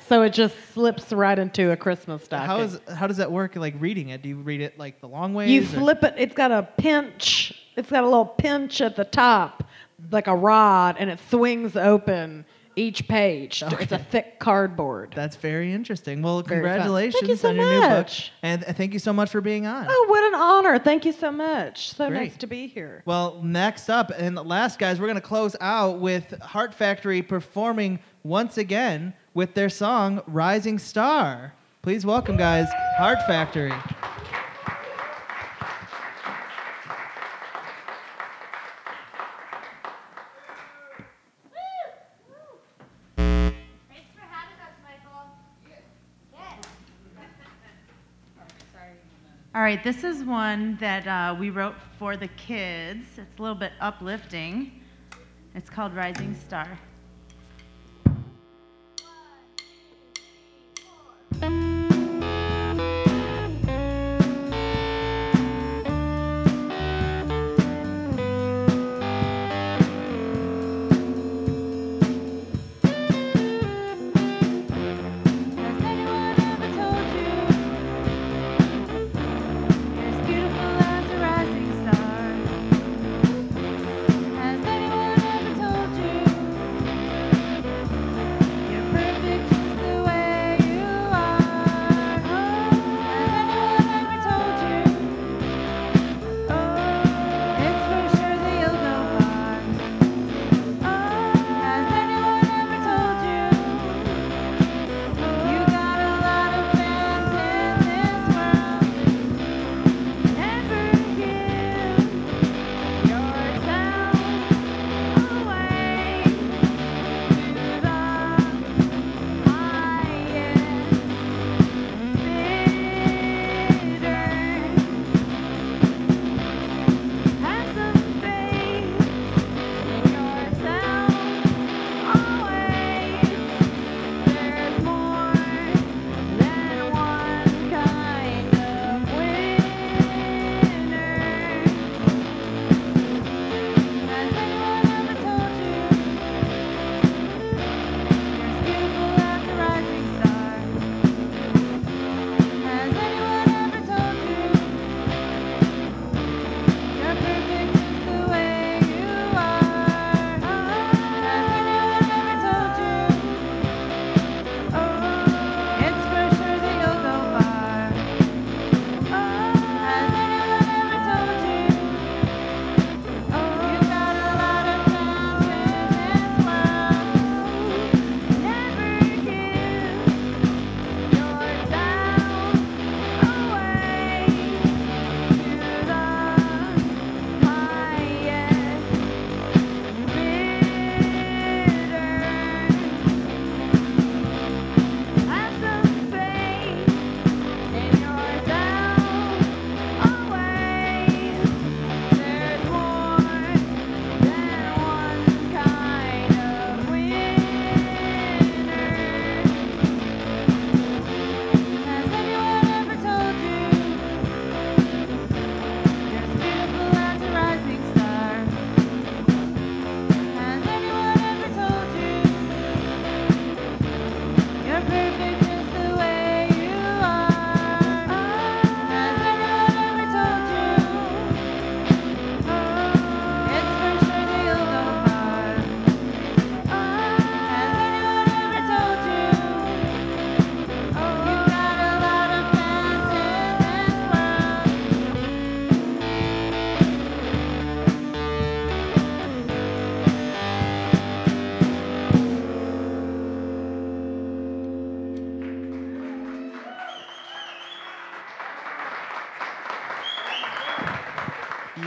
I: so it just slips right into a Christmas stocking.
A: how is how does that work? Like reading it? Do you read it like the long way?
I: You flip it. It's got a pinch. It's got a little pinch at the top, like a rod, and it swings open each page. It's a thick cardboard.
A: That's very interesting. Well,
I: Very fun.
A: congratulations
I: Thank you so
A: on your new book,
I: much.
A: and uh, thank you so much for being on.
I: oh, what an honor! Thank you so much. So
A: Great.
I: nice to be here.
A: Well, next up and last, guys, we're gonna close out with Heart Factory performing once again with their song "Rising Star." Please welcome, guys, Heart Factory.
E: Thanks for having us, Michael. Yes.
D: All right, this is one that uh, we wrote for the kids. It's a little bit uplifting. It's called Rising Star.
E: Has anyone ever told you you're as beautiful as a rising star? Has anyone ever told you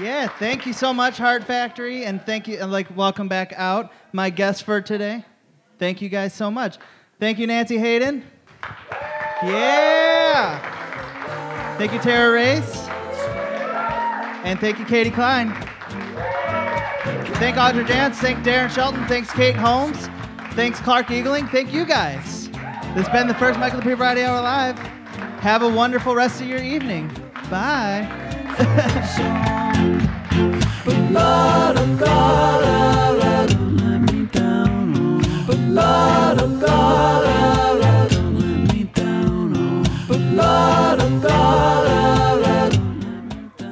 A: Yeah, thank you so much, Heart Factory, and thank you, and like, welcome back out, my guest for today. Thank you guys so much. Thank you, Nancy Hayden. Yeah. Thank you, Tara Race. And thank you, Katie Klein. Thank Audra Jantz. Thank Darren Shelton. Thanks, Kate Holmes. Thanks, Clark Eagling. Thank you guys. This has been the first Michael Dupree Variety Hour Live. Have a wonderful rest of your evening. Bye. [LAUGHS]
E: oh. oh.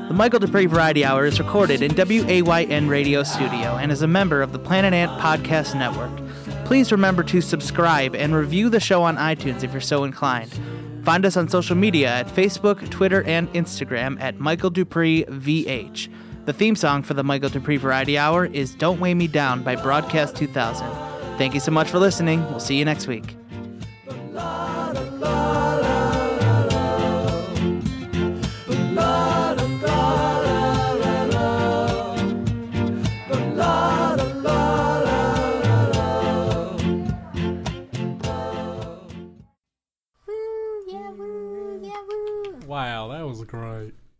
A: The Michael Dupree Variety Hour is recorded in WAYN Radio Studio and is a member of the Planet Ant Podcast Network. Please remember to subscribe and review the show on iTunes if you're so inclined. Find us on social media at Facebook, Twitter, and Instagram at Michael Dupree VH. The theme song for the Michael Dupree Variety Hour is Don't Weigh Me Down by Broadcast 2000. Thank you so much for listening. We'll see you next week.
E: oh. Woo, yeah, woo, yeah, woo.
F: Wow, that was great.